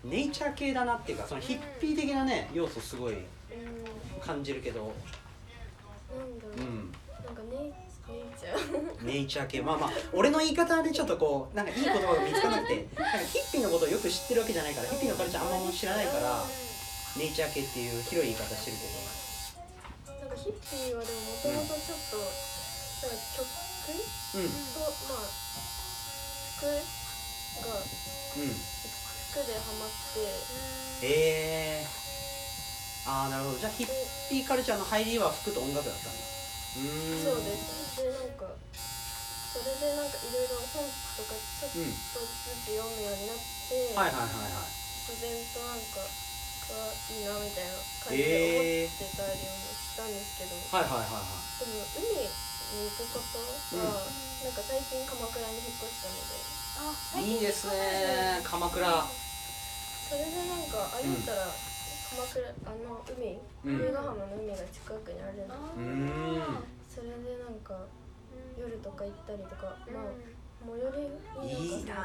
Speaker 1: ネイチャー系だなっていうかそのヒッピー的なね要素すごい
Speaker 2: うん、うん、
Speaker 1: 感じるけど
Speaker 2: なんだろう、
Speaker 1: うん
Speaker 2: なんかね寝ちゃう
Speaker 1: ネイチャー系まあまあ俺の言い方でちょっとこうなんかいい言葉が見つかなくてなんかヒッピーのことをよく知ってるわけじゃないからヒッピーのカルチャーあんま知らないからネイチャー系っていう広い言い方してるけど
Speaker 2: なんかヒッピーはでももともとちょっと、なんか曲
Speaker 1: うんうん
Speaker 2: とまあ服が服でハマって
Speaker 1: えー、ああなるほどじゃあヒッ
Speaker 2: で
Speaker 1: ピーカルチャーの入りは服と音楽だったんだうーん
Speaker 2: そうですでなんかそれでなんかいろいろ本とかちょっと
Speaker 1: うん
Speaker 2: ずつ読むようになって、
Speaker 1: はいはいはいはい
Speaker 2: 自然となんかはいいなみたいな感じで思ってたりもしたんですけど、
Speaker 1: はいはいはいはい
Speaker 2: でも海に行くことは、なんか最近鎌倉に引っ越したので
Speaker 1: いいですね鎌倉
Speaker 2: それでなんか歩いたら、鎌倉あの海
Speaker 1: うん
Speaker 2: 由比ヶ浜の海が近くにあるの、
Speaker 1: うーん
Speaker 2: それでなんか夜とか行ったりとか、まあ最寄り
Speaker 1: い
Speaker 2: に
Speaker 1: い
Speaker 2: ん
Speaker 1: な
Speaker 2: か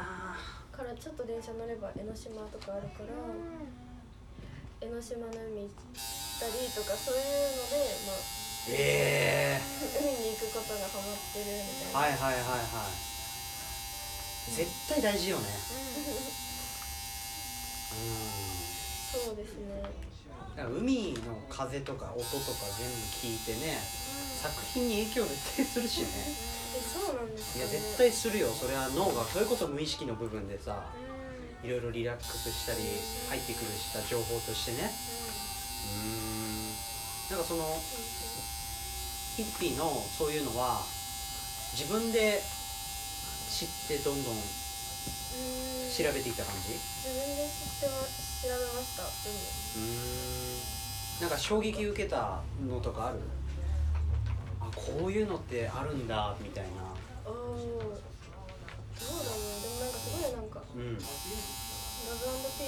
Speaker 2: からちょっと電車乗れば江ノ島とかあるから、江ノ島の海行ったりとかそういうので、まあ、
Speaker 1: え
Speaker 2: 海に行くことがハマってるみ
Speaker 1: えー、
Speaker 2: たいな、
Speaker 1: はいはいはいはい絶対大事よねう
Speaker 2: そうです
Speaker 1: ん
Speaker 2: ね
Speaker 1: だから海の風とか音とか全部聞いてね作品に影響絶対するしね
Speaker 2: えそうなんです
Speaker 1: い
Speaker 2: か
Speaker 1: や
Speaker 2: ね
Speaker 1: 絶対するよそれは脳がそれこそ無意識の部分でさ
Speaker 3: うん
Speaker 1: いろいろリラックスしたり入ってくるした情報としてねうんなんかそのヒッピーのそういうのは自分で知ってどんどん
Speaker 2: うん
Speaker 1: 調べていった感じ
Speaker 2: 自分で知っては調べました海
Speaker 1: うんなんか衝撃受けたのとかあるあこういうのってあるんだみたいな
Speaker 2: ああどうだろうでもなんかすごいなんか
Speaker 1: うん
Speaker 2: ラブピー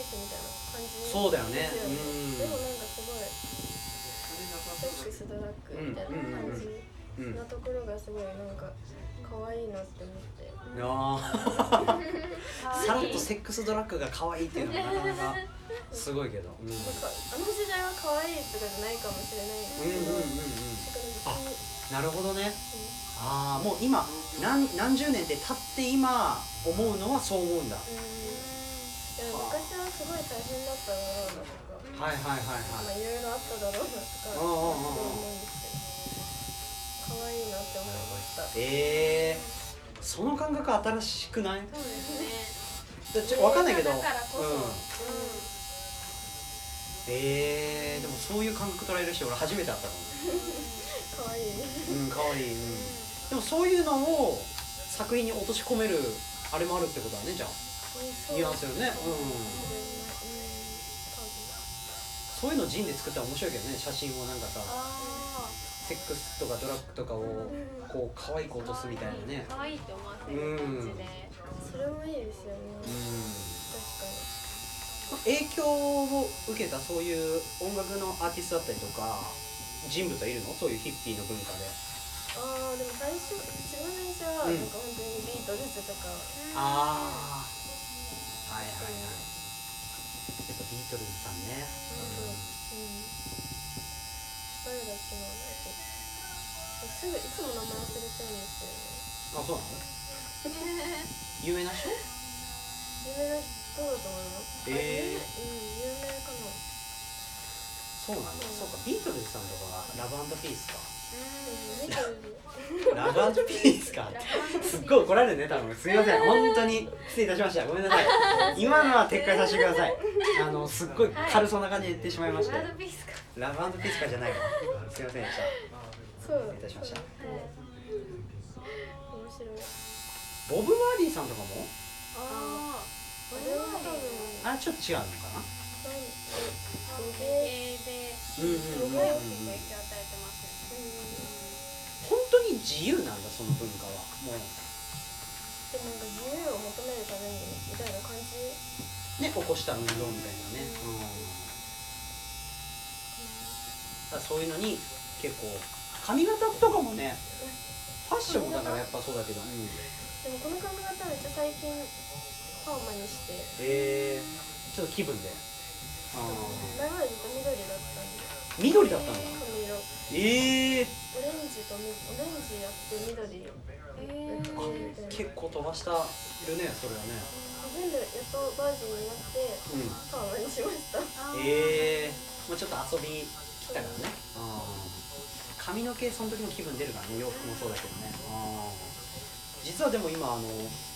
Speaker 2: スみたいな感じ
Speaker 1: そうだよね
Speaker 2: ですよ
Speaker 1: うん
Speaker 2: でもなんかすごいセックスドラッグみたいな感じ
Speaker 1: うん
Speaker 2: なところがすごいなんか可愛いなって思って
Speaker 1: あーさらっと
Speaker 3: セ
Speaker 1: セックスドラッグが可愛いっていうのはなかなかすごいけどうんうん
Speaker 2: なんかあの時代は可愛いとかじゃないかもしれないんです
Speaker 1: うん
Speaker 2: け
Speaker 1: うん
Speaker 2: ど、
Speaker 1: うん
Speaker 2: だから別に
Speaker 1: なるほどねああもう今何何十年って経って今思うのはそう思うんだは
Speaker 2: うん、でも昔はすごい大変だっただろうなと
Speaker 1: いはい
Speaker 2: か、
Speaker 1: はい
Speaker 2: ま
Speaker 1: は
Speaker 2: あいろいろあっただろうなとか
Speaker 1: うんうんうん
Speaker 2: 思うんですけど可愛いなって思いました
Speaker 1: いえー、その感覚新しくない
Speaker 3: そうです
Speaker 1: だ
Speaker 3: ね
Speaker 1: ちょわかんないけど
Speaker 3: だからこそ、
Speaker 1: うん
Speaker 3: う
Speaker 1: えー、でもそういう感覚捉える人俺初めて会ったか
Speaker 2: 可愛い
Speaker 1: もうん可愛い、うん、でもそういうのを作品に落とし込めるあれもあるってことだねじゃあニュアンスよねうんそういうのジンで作ったら面白いけどね写真をなんかさ
Speaker 3: あ
Speaker 1: セックスとかドラッグとかをこう可愛く落とすみたいなね
Speaker 3: 可愛いって思わせる感じで、
Speaker 2: それもいいですよね
Speaker 1: うん
Speaker 2: 確
Speaker 1: 影響を受けたそういう音楽のアーティストだったりとか人物はいるのそういうヒッピーの文化で
Speaker 2: かにああでも最初一番最初は
Speaker 1: う
Speaker 2: なんんか本当にビートルズとか
Speaker 1: ああはいはいはいやっぱビートルズさんね、
Speaker 2: うん、誰だっけなすぐいつも名前忘れちゃうんですよ
Speaker 1: あ
Speaker 2: ね
Speaker 1: そうなの 有名な人
Speaker 2: 有名な人だと思いますあ
Speaker 1: えー
Speaker 2: 有名うん有名かな
Speaker 1: そうなんだ、そうかビートルズさんとかがラブピースか
Speaker 2: うんビートルズ
Speaker 1: ラブピースかすっごい怒られるね多分すいません本当に失礼いたしましたごめんなさい 今のは撤回させてくだ さいあのすっごい軽そうな感じで言ってしまいまして、
Speaker 3: ワードピースか。
Speaker 1: ラブピースかじゃないわすいませんでした
Speaker 2: そう
Speaker 1: 失礼いたしました
Speaker 2: そう面白い
Speaker 1: ボブ・マーリーさんとかも
Speaker 3: ああ、
Speaker 2: あれは多分
Speaker 1: あちょっと違うのかな
Speaker 2: なん
Speaker 3: 語芸で、
Speaker 1: うんうん
Speaker 3: す
Speaker 1: うんうん
Speaker 3: ごい大きく影響を与えてます
Speaker 2: うん
Speaker 1: 本当に自由なんだその文化はもう
Speaker 2: でもなんか自由を求めるためにみたいな感じ
Speaker 1: ね起こした運動みたいなね、うんだからそういうのに結構髪型とかもねファッションもだからやっぱそうだけど、うん、
Speaker 2: でもこの髪型めっちゃ最近パーマにして
Speaker 1: えちょっと気分であ
Speaker 2: 前までずっと緑だっ
Speaker 1: ー緑だった
Speaker 2: たんで
Speaker 1: んだ
Speaker 2: 髪色
Speaker 1: ええ
Speaker 2: オレンジとみオレンジやって緑やって
Speaker 3: え
Speaker 2: みたいな
Speaker 1: あ
Speaker 2: 自
Speaker 1: 結構飛ばしたるねそれはね
Speaker 2: 分でやっとバージンになって
Speaker 1: うん
Speaker 2: パーマにしました
Speaker 1: ええまあ、ちょっと遊びきったからね、髪の毛その時の気分出るからね洋服もそうだけどね、実はでも今あの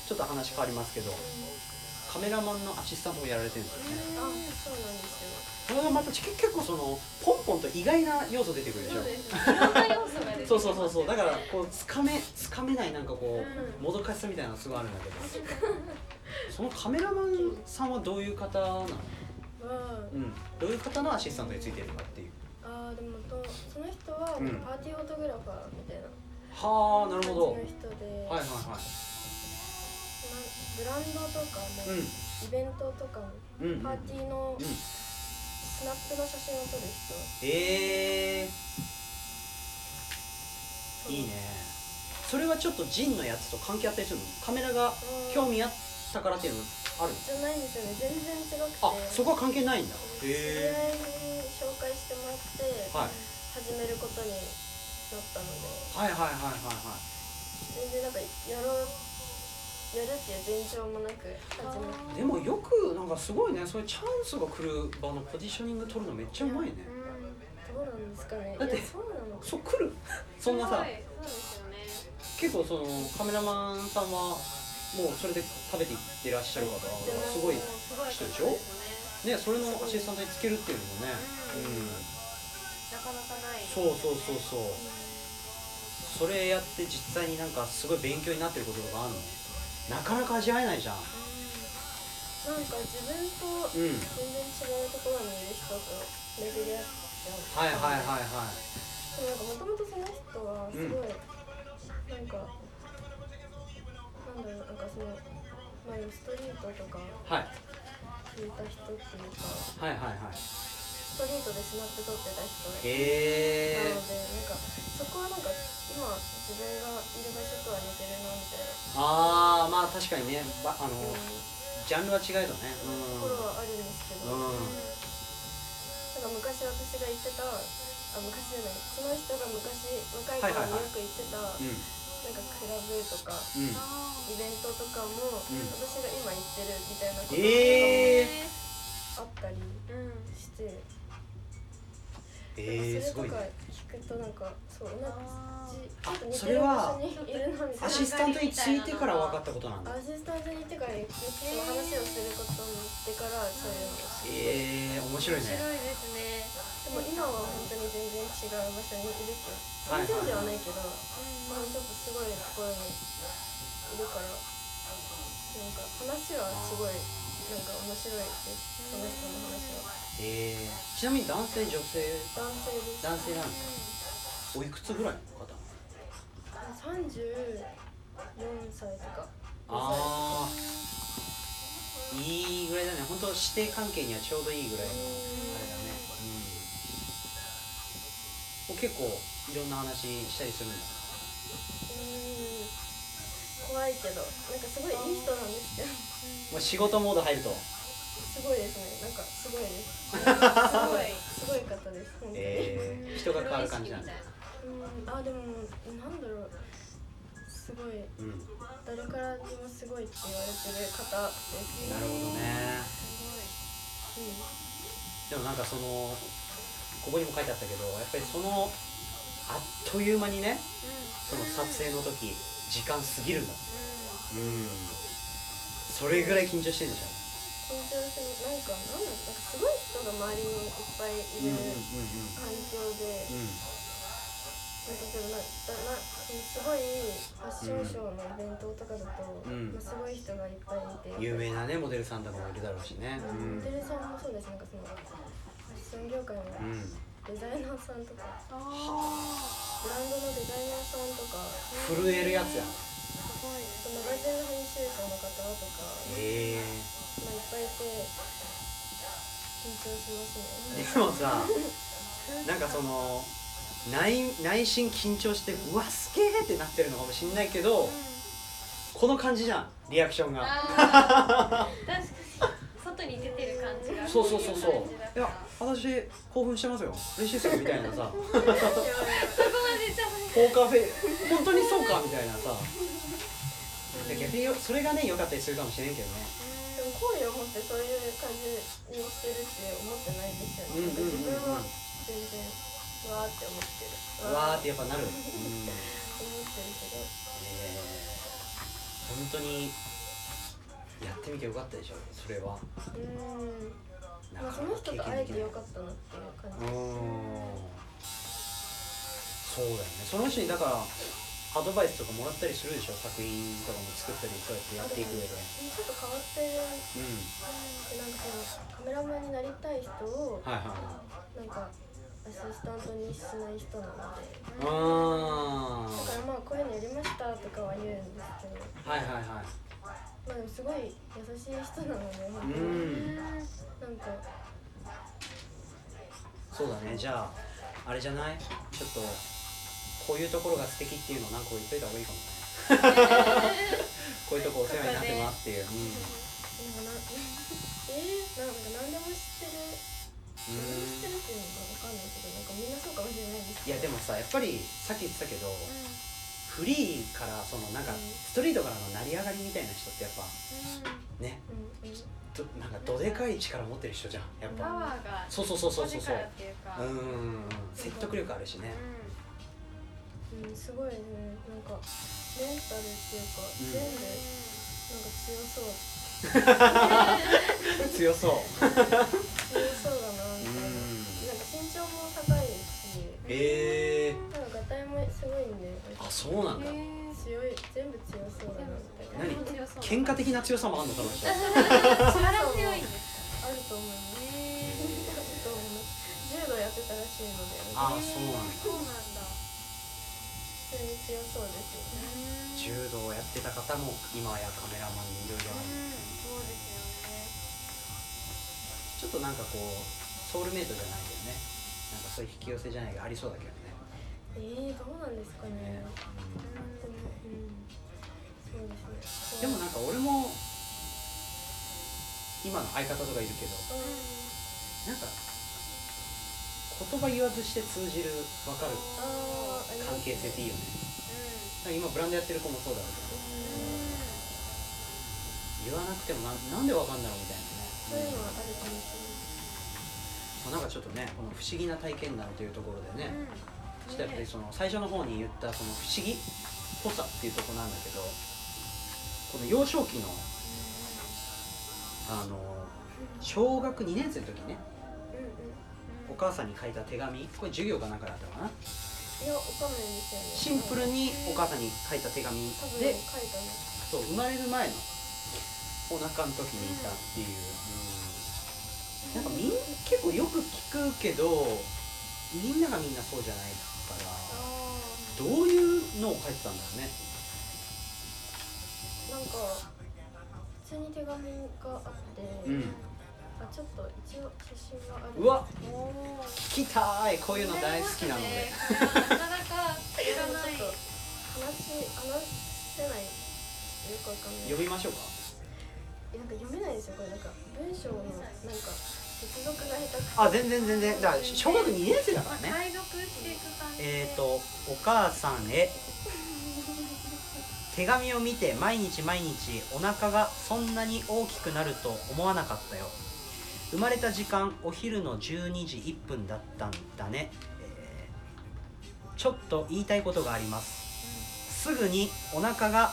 Speaker 1: ちょっと話変わりますけどカメラマンのアシスタントもやられてるんですよね
Speaker 2: あそうなんです
Speaker 1: そ
Speaker 2: よ
Speaker 1: れがまたち結構そのポンポンと意外な要素出てくるでしょ
Speaker 3: そうです。いろんな要素が出てきます。
Speaker 1: そうそうそうそうだからこうつかめつかめないなんかこ
Speaker 3: う
Speaker 1: うもどかしさみたいなのがすごいあるんだけどそのカメラマンさんはどういう方なの、
Speaker 2: まあ
Speaker 1: うん、どういう方のアシスタントについてるかっていう
Speaker 2: あーでもとその人は
Speaker 1: うん
Speaker 2: パーティーフォトグラファーみたいな
Speaker 1: はあな
Speaker 2: 感
Speaker 1: る
Speaker 2: じ
Speaker 1: ほ
Speaker 2: の
Speaker 1: ど
Speaker 2: 人で、
Speaker 1: はいはい
Speaker 2: な
Speaker 1: は
Speaker 2: ブランドとかも、
Speaker 1: い
Speaker 2: イベントとかも
Speaker 1: うんうんうん
Speaker 2: パーティーの
Speaker 1: うん
Speaker 2: スナップの写真を撮る人
Speaker 1: えー、いいねそれはちょっとジンのやつと関係あったりするのカメラが
Speaker 2: うん
Speaker 1: 興味あったからっていうのあるの
Speaker 2: じゃないんですよね全然違くて
Speaker 1: あそこは関係ないんだ
Speaker 2: 知り合いに紹介してもらって
Speaker 1: はい、
Speaker 2: 始めることになったので
Speaker 1: はいはいはいはい
Speaker 2: 全然なんかやろうやるっていう前兆もなく始め
Speaker 1: はいでもよくなんかすごいねそういうチャンスが来る場のポジショニング取るのめっちゃうまいね
Speaker 2: どうなんですかね
Speaker 1: だって
Speaker 2: いやそうなのか
Speaker 1: そう来 るそんなさ
Speaker 3: そうですよね。
Speaker 1: 結構そのカメラマンさんはもうそれで食べていってらっしゃる方がすごい
Speaker 3: すごい
Speaker 1: 人でしょねそれのアシスタントにつけるっていうのもねうん
Speaker 3: なかなかない。
Speaker 1: そうそうそうそうそれやって実際になんかすごい勉強になってることとかあるのなかなか味わえないじゃん
Speaker 2: なんか自分と
Speaker 1: うん
Speaker 2: 全然違うところにいる人と巡り合っちゃう
Speaker 1: はいはいはい
Speaker 2: い
Speaker 1: はい
Speaker 2: でもなんかもともとその人はすごい、
Speaker 1: うん
Speaker 2: なんかなんだろうなんかそのまあストリートとか
Speaker 1: はい
Speaker 2: 聞いた人っていうかス
Speaker 1: はいはいはい
Speaker 2: トリートでスナップ撮ってた人なので
Speaker 1: へえ
Speaker 2: なんかそこはなんか今自分がいる場所とは似てるなみたい
Speaker 1: あ
Speaker 2: な
Speaker 1: あまあ確かにねばあの
Speaker 2: うん
Speaker 1: ジャンルは違えどね
Speaker 2: ところはあるんですけ
Speaker 1: う
Speaker 2: ど、
Speaker 1: んうん
Speaker 2: なんか昔私が行ってたあ昔じゃないその人が昔若い
Speaker 1: はいはいはい
Speaker 2: 頃によく行ってた、
Speaker 1: うん
Speaker 2: なんかクラブとか
Speaker 1: うん
Speaker 2: イベントとかも、
Speaker 1: ん
Speaker 2: 私が今行ってるみたいなこととか
Speaker 1: えー
Speaker 2: もあったり
Speaker 3: うん。
Speaker 2: して、
Speaker 1: えー、す
Speaker 2: そ
Speaker 1: ご
Speaker 2: れ
Speaker 1: い
Speaker 2: とか
Speaker 1: ね
Speaker 2: 聞くとなんかそう同じ
Speaker 1: あ
Speaker 2: ちょっと似
Speaker 1: そ
Speaker 2: て
Speaker 1: れ
Speaker 2: る
Speaker 1: は
Speaker 2: 場所にいるなみ
Speaker 1: ア
Speaker 2: たいな
Speaker 1: シスタントについてから分かったことなんだ
Speaker 2: アシスタントに行ってからよくその話をすることになってからそういうのをして
Speaker 1: ええー、面白い
Speaker 3: 面白い
Speaker 1: ね
Speaker 3: ですね。
Speaker 2: でも今は本当に全然違う場所にいるけど
Speaker 1: はい
Speaker 2: 全然ではないけど、
Speaker 3: うん
Speaker 2: まあ、ちょっとすごいところにいるからなんか話はすごいなんか面白いですその人の話は
Speaker 1: えー、ちなみに男性女性
Speaker 2: 男性です
Speaker 1: 男性なんだおいくつぐらいの方
Speaker 2: 三十四歳とか。
Speaker 1: ああいいぐらいだね本当師弟関係にはちょうどいいぐらいのあれだねうん結構いろんな話したりするんだ
Speaker 2: うん。怖いけど、なんかすごいいい人なんですけど。
Speaker 1: もう仕事モード入ると
Speaker 2: すごいですね。なんかすごいです。
Speaker 3: すごい
Speaker 2: すごい方です。本当に。
Speaker 1: え ー、人が変わる感じなんだ
Speaker 2: うん。あでもなんだろう。すごい
Speaker 1: うんなる
Speaker 2: 誰からでもすごいって言われてる方です。
Speaker 1: ほどね
Speaker 2: う
Speaker 1: でもなんかそのここにも書いてあったけどやっぱりそのあっという間にねその撮影の時時間過ぎるんだうんそれぐらい緊張してるんでしょ
Speaker 2: ん。緊張する。なんかなんだろう。なんかすごい人が周りにいっぱいいる環境で。
Speaker 1: うん
Speaker 2: なんかでもなななすごいファッションショーのイベントとかだと、
Speaker 1: うん
Speaker 2: まあ、すごい人がいっぱいいて
Speaker 1: 有名なねモデルさんとかもいるだろうしねう
Speaker 2: モ
Speaker 1: ん
Speaker 2: デルさんもそうですなんかそのファッション業界の
Speaker 1: うん
Speaker 2: デザイナーさんとか
Speaker 3: ああ
Speaker 2: ブランドのデザイナーさんとか
Speaker 1: 震えるやつや
Speaker 3: すごいね
Speaker 2: そのマガジンの編集者の方とか、
Speaker 1: へえ
Speaker 2: まあ、いっぱいいて緊張しますね
Speaker 1: でもさなんかその内内心緊張してうわすげえってなってるのかもしんないけどこの感じじゃんリアクションが
Speaker 3: あー確かに外に出てる感じが
Speaker 1: そうそうそうそう
Speaker 3: こい感じだ
Speaker 1: いや
Speaker 3: から
Speaker 1: 私興奮してますよ嬉しいですよみたいなさ
Speaker 3: そこまでじゃない
Speaker 1: ポーカーフェイ本当にそうかみたいなさ逆によそれがね良かったりするかもしれんけどね
Speaker 2: でも好意を持ってそういう感じにしてるって思ってないですよ
Speaker 1: うん
Speaker 2: ね、
Speaker 1: うんうんうん
Speaker 2: なんか自分は全然わーって思ってる
Speaker 1: わーっ
Speaker 2: って
Speaker 1: やっぱなるうん
Speaker 2: 思ってるけど
Speaker 1: えー本当にやってみてよかったでしょそれは
Speaker 2: うん
Speaker 1: な
Speaker 2: まあ、
Speaker 1: か
Speaker 2: そ
Speaker 1: な
Speaker 2: の
Speaker 1: か経
Speaker 2: 人と
Speaker 1: 験
Speaker 2: 会え
Speaker 1: できない
Speaker 2: てよかったなっていう感
Speaker 1: うー
Speaker 2: じ、
Speaker 1: んそうだよねその人にだからアドバイスとかもらったりするでしょ作品とかも作ったりそうやってやっていく上で
Speaker 2: ちょっと変わって
Speaker 1: う
Speaker 2: る
Speaker 1: ん
Speaker 2: なんかそのカメラマンになりたい人を
Speaker 1: はいはいはい
Speaker 2: なんかアシスタントにしない人なので
Speaker 1: あ
Speaker 2: だからまあこういうのやりましたとかは言うんですけど
Speaker 1: あはいはいは
Speaker 2: まあでもすごい優しい人なので本
Speaker 1: い
Speaker 2: 当
Speaker 1: うん
Speaker 2: になん か
Speaker 1: そうだねじゃああれじゃないちょっとこういうところが素敵っていうのを何個言っといた方がいいかもね こういうとこお世話になってますっていう、うん
Speaker 2: なんかなえー、なんか何でも知ってる何でも知ってるっていうのかわかんないけどなんかみんなそうかもしれないです
Speaker 1: いやでもさやっぱりさっき言ってたけど、フリーからそのなんか
Speaker 2: うん
Speaker 1: ストリートからの成り上がりみたいな人ってやっぱね
Speaker 2: うんうん
Speaker 1: どなんかどでかい力持ってる人じゃんやっ
Speaker 3: パ
Speaker 1: ぱ
Speaker 3: ワーが
Speaker 1: そうそうそうそうそうそ
Speaker 3: 力
Speaker 1: う
Speaker 3: っていうか
Speaker 1: うーん説得力あるしね
Speaker 2: うん、すごいねなんかメンタルっていうか、
Speaker 1: ん
Speaker 2: 全部なんか強そう
Speaker 1: 強そううん
Speaker 2: 強そうだなみたいな、なんか身長も高いし
Speaker 1: え
Speaker 2: なんかガタイもすごいんでなん
Speaker 1: ー、
Speaker 2: か
Speaker 1: あそうなんだ
Speaker 2: 強い全部強そうだなみたいな
Speaker 1: 何
Speaker 3: 喧
Speaker 1: 喧嘩的な強さもあんのかもしれない
Speaker 3: 力強いんです
Speaker 2: あると思います あると思います柔道やってたらしいので
Speaker 1: あ
Speaker 2: 普
Speaker 1: そうなんだ
Speaker 3: そうなんだ
Speaker 2: 通に強そうですよね
Speaker 1: 柔道をやってた方も今やカメラマンにいろいろある
Speaker 3: そうです
Speaker 1: ちょっとなんかこうソウルメイトじゃないけどねなんかそういう引き寄せじゃないけどありそうだけどね
Speaker 2: えー、どうなんですかね
Speaker 1: ね
Speaker 2: でもうんそうですね
Speaker 1: でもなんか俺も今の相方とかいるけど
Speaker 2: うん
Speaker 1: なんか言葉言わずして通じる分かる
Speaker 2: あーあります
Speaker 1: 関係性っていいよねなんか今ブランドやってる子もそうだろうけど言わなくてもなんなんで分かんだろうみた
Speaker 2: そう
Speaker 1: い
Speaker 2: い
Speaker 1: な
Speaker 2: う
Speaker 1: ね、
Speaker 2: のはあるかもしれない
Speaker 1: うんなんかちょっとねこの不思議な体験談というところでね、
Speaker 3: うん
Speaker 1: したやっぱりその最初の方に言ったその不思議っぽさっていうところなんだけどこの幼少期のあの小学2年生の時ね
Speaker 2: うんうん
Speaker 1: お母さんに書いた手紙これ授業かなんかだったのかない
Speaker 2: や、わかんないですよね
Speaker 1: シンプルにお母さんに書いた手紙
Speaker 2: 多分書
Speaker 1: で
Speaker 2: いたの
Speaker 1: そう生まれる前のお腹の時にいたっていう、うん、なんかみん結構よく聞くけどみんながみんなそうじゃないからどういうのを書いてたんだろうね
Speaker 2: なんか普通に手紙があっ
Speaker 1: う
Speaker 2: て、
Speaker 1: ん
Speaker 2: あちょっと一応写真がある
Speaker 1: うわ
Speaker 3: おお
Speaker 1: 聞きたーいこういうの大好きなので
Speaker 3: なかなか
Speaker 2: で
Speaker 3: 知ら
Speaker 2: も
Speaker 3: ない
Speaker 2: ちょっと話話せないよくわかんない
Speaker 1: 呼びましょうか
Speaker 2: えなんか読めないですよこれなんか文章のなんか接続が下手くて
Speaker 1: あ全然全然だから小学2年生だか
Speaker 3: まあ
Speaker 1: らね
Speaker 3: 解読していく感じ
Speaker 1: えっ、ー、と「お母さんへ手紙を見て毎日毎日お腹がそんなに大きくなると思わなかったよ生まれた時間お昼の12時1分だったんだね、えーちょっと言いたいことがありますすぐにお腹が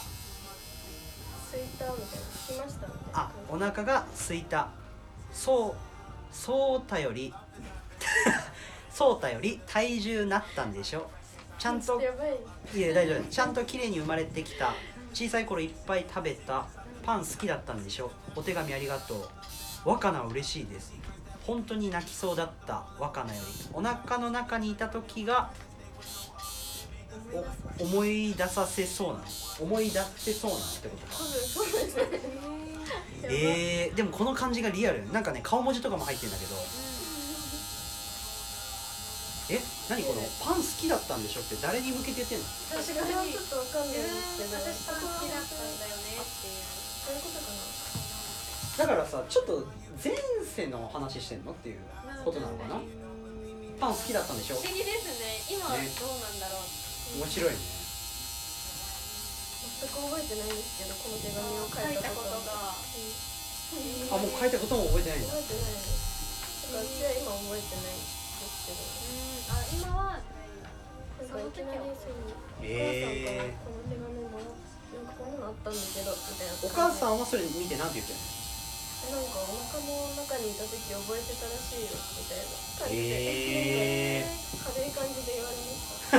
Speaker 2: すいたみたいな聞きましたみたいな
Speaker 1: あお腹が空いたそうそうたより そうたより体重なったんでしょちゃん
Speaker 2: ちょっ
Speaker 1: と
Speaker 2: やばい
Speaker 1: いや大丈夫ちゃんと綺麗に生まれてきた小さい頃いっぱい食べたパン好きだったんでしょお手紙ありがとう若菜は嬉しいです本当に泣きそうだった若菜よりお腹の中にいた時が
Speaker 2: 思い出す
Speaker 1: お思い出させそうなの思い出せそうなのってこと
Speaker 2: 多
Speaker 1: か
Speaker 2: 分そうですねやばい
Speaker 1: えー、でもこの感じがリアルなんかね顔文字とかも入ってるんだけどえ何このパン好きだったんでしょって誰に向けて言ってんの
Speaker 2: 私
Speaker 3: 確
Speaker 2: が
Speaker 3: か
Speaker 2: ち
Speaker 3: に
Speaker 2: ょっとわかんないん
Speaker 3: 自分
Speaker 2: ですけど
Speaker 3: 私パン好きだったん
Speaker 1: だからさ
Speaker 2: そういうことかな
Speaker 3: だよねっていう
Speaker 1: ちょっと前世の話してんのっていうことなのかなパン好きだったんでしょ
Speaker 3: 不思議ですね今はどう
Speaker 1: ね
Speaker 3: なんだろう
Speaker 1: 面白いね
Speaker 2: 全く覚えてないんですけどこの手紙を書
Speaker 3: 書い
Speaker 2: い
Speaker 3: た
Speaker 2: た
Speaker 3: こ
Speaker 2: こととが
Speaker 1: あ
Speaker 3: が
Speaker 1: もう書いたことも覚えてないんだ
Speaker 2: 覚えてないですだからうちは今覚えてないですけど
Speaker 3: うんあ今は
Speaker 2: なんかいきなりそのお母さんからこの手紙もよくこんなのあったんだけどみたいな
Speaker 1: お母さ
Speaker 2: ん
Speaker 1: んはそれ見て何て言ってんの
Speaker 2: なんかお腹の中にいた時覚えてたらしいよみたいな感じで、
Speaker 1: へえ
Speaker 2: 軽い感じで言われました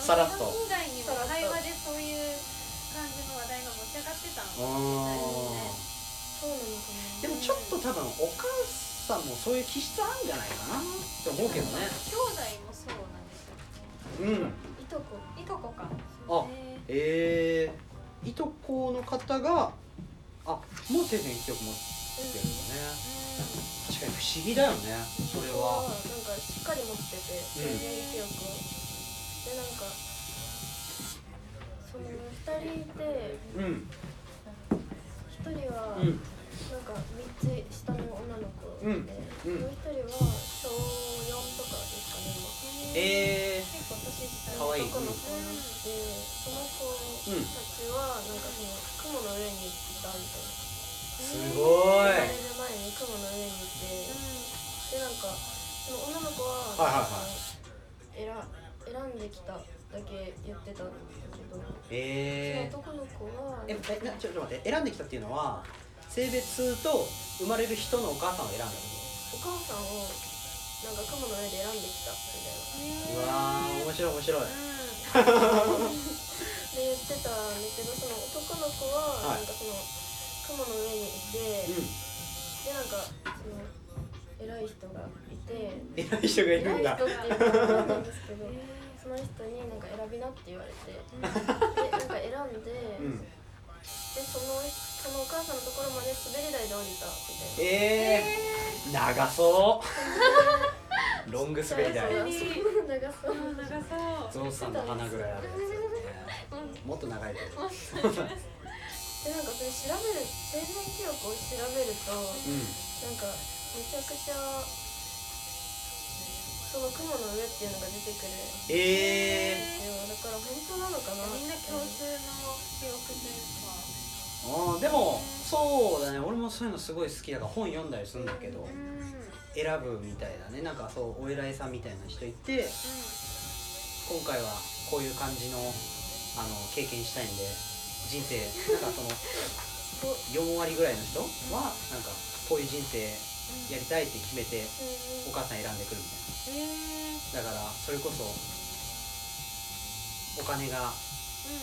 Speaker 1: さらっと
Speaker 3: 以外にも会話でそういう感じの話題が持ち上がってた
Speaker 1: ー、
Speaker 3: の
Speaker 1: あ
Speaker 2: そうなのか
Speaker 1: ーで
Speaker 2: な
Speaker 1: もちょっと多分お母さんもそういう気質あるんじゃないかなって思うけどね
Speaker 3: 兄弟もそうなんですよ
Speaker 1: うん
Speaker 2: いとこ
Speaker 3: いとこか
Speaker 1: あ
Speaker 3: へー
Speaker 1: えー、いとこの方があもう定点一曲持ってるんだね
Speaker 3: う
Speaker 1: 確かに不思議だよねそれは
Speaker 2: なんかしっかり持ってて全然記憶を、でなんかその2人いて
Speaker 1: うん
Speaker 2: 1人は、
Speaker 1: うん
Speaker 2: なんか3つ下の女の子で、
Speaker 1: うんうん
Speaker 2: もう一人は小4とかですかね今
Speaker 3: ん
Speaker 1: え
Speaker 3: 結構年下
Speaker 1: かわいい
Speaker 2: 男の子がいてその子たちはなんかその雲の上にいたみたいな
Speaker 1: ー、すごい
Speaker 2: 生まれる前に雲の上にいてでなんかその女の子は
Speaker 1: はいはいはい
Speaker 2: 選選んできただけ言ってたんだけど、
Speaker 1: え
Speaker 2: その男の子は
Speaker 1: ー、ええなちょっと待って選んできたっていうのは性別と生まれる人のお母さんを選んだってこ
Speaker 2: お母さんをなんか雲の上で選んできたみたいな
Speaker 1: とうわー面白い面白い
Speaker 2: で言ってたんだけどその男の子
Speaker 1: は
Speaker 2: はないんかその雲の上にいて、
Speaker 1: う
Speaker 2: でなんかその偉い人が いて
Speaker 1: ん偉い人がいるんだ
Speaker 2: 偉い人っていうかわかんないんですけどその人になんか選びなって言われてでなんか選んで,、
Speaker 1: うん
Speaker 2: でそのそのお母さんのところまで滑り台で降りたみたいな。
Speaker 1: えー、長 そうロング滑り台
Speaker 2: 長そう長そう
Speaker 1: ゾウ さんの鼻ぐらいあるやつだねもっと長いけど
Speaker 2: でなんかそれ調べる生前記憶を調べると
Speaker 1: う
Speaker 2: なんかめちゃくちゃその雲の上っていうのが出てくるん
Speaker 1: んえ
Speaker 2: ですよだから本当なのかな
Speaker 3: みんな共通の記憶というか
Speaker 1: ー、うん、でもそうだね俺もそういうのすごい好きだから本読んだりするんだけど選ぶみたいなねなんかそうお偉いさんみたいな人いて今回はこういう感じのあの経験したいんで人生なんかその
Speaker 2: お
Speaker 1: 4割ぐらいの人はなんかこういう人生やりたいって決めてお母さん選んでくるみたいな。だからそれこそお金が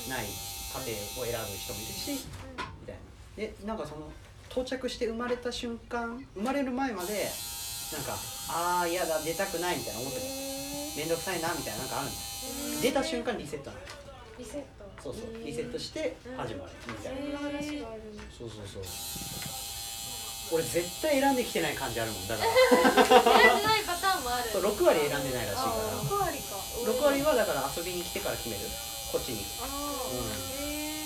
Speaker 1: ない家庭を選ぶ人もいるしみたいなでなんかその到着して生まれた瞬間生まれる前までなんかああ嫌だ出たくないみたいな思ってた面倒くさいなみたいななんかあるの
Speaker 3: うん
Speaker 1: 出た瞬間リセットなの
Speaker 3: リセット
Speaker 1: そうそう
Speaker 2: うん
Speaker 1: リセットして始まるみたいな
Speaker 2: そんな話があるんだ
Speaker 1: そうそうそう俺絶対選んできてない感じあるもん だから
Speaker 3: 選んでないパターンもある
Speaker 1: そう6割選んでないらしいか
Speaker 3: あー
Speaker 1: ら
Speaker 3: 6割か
Speaker 1: 6割はだから遊びに来てから決めるこっちに
Speaker 3: ああ、
Speaker 1: う
Speaker 3: へえ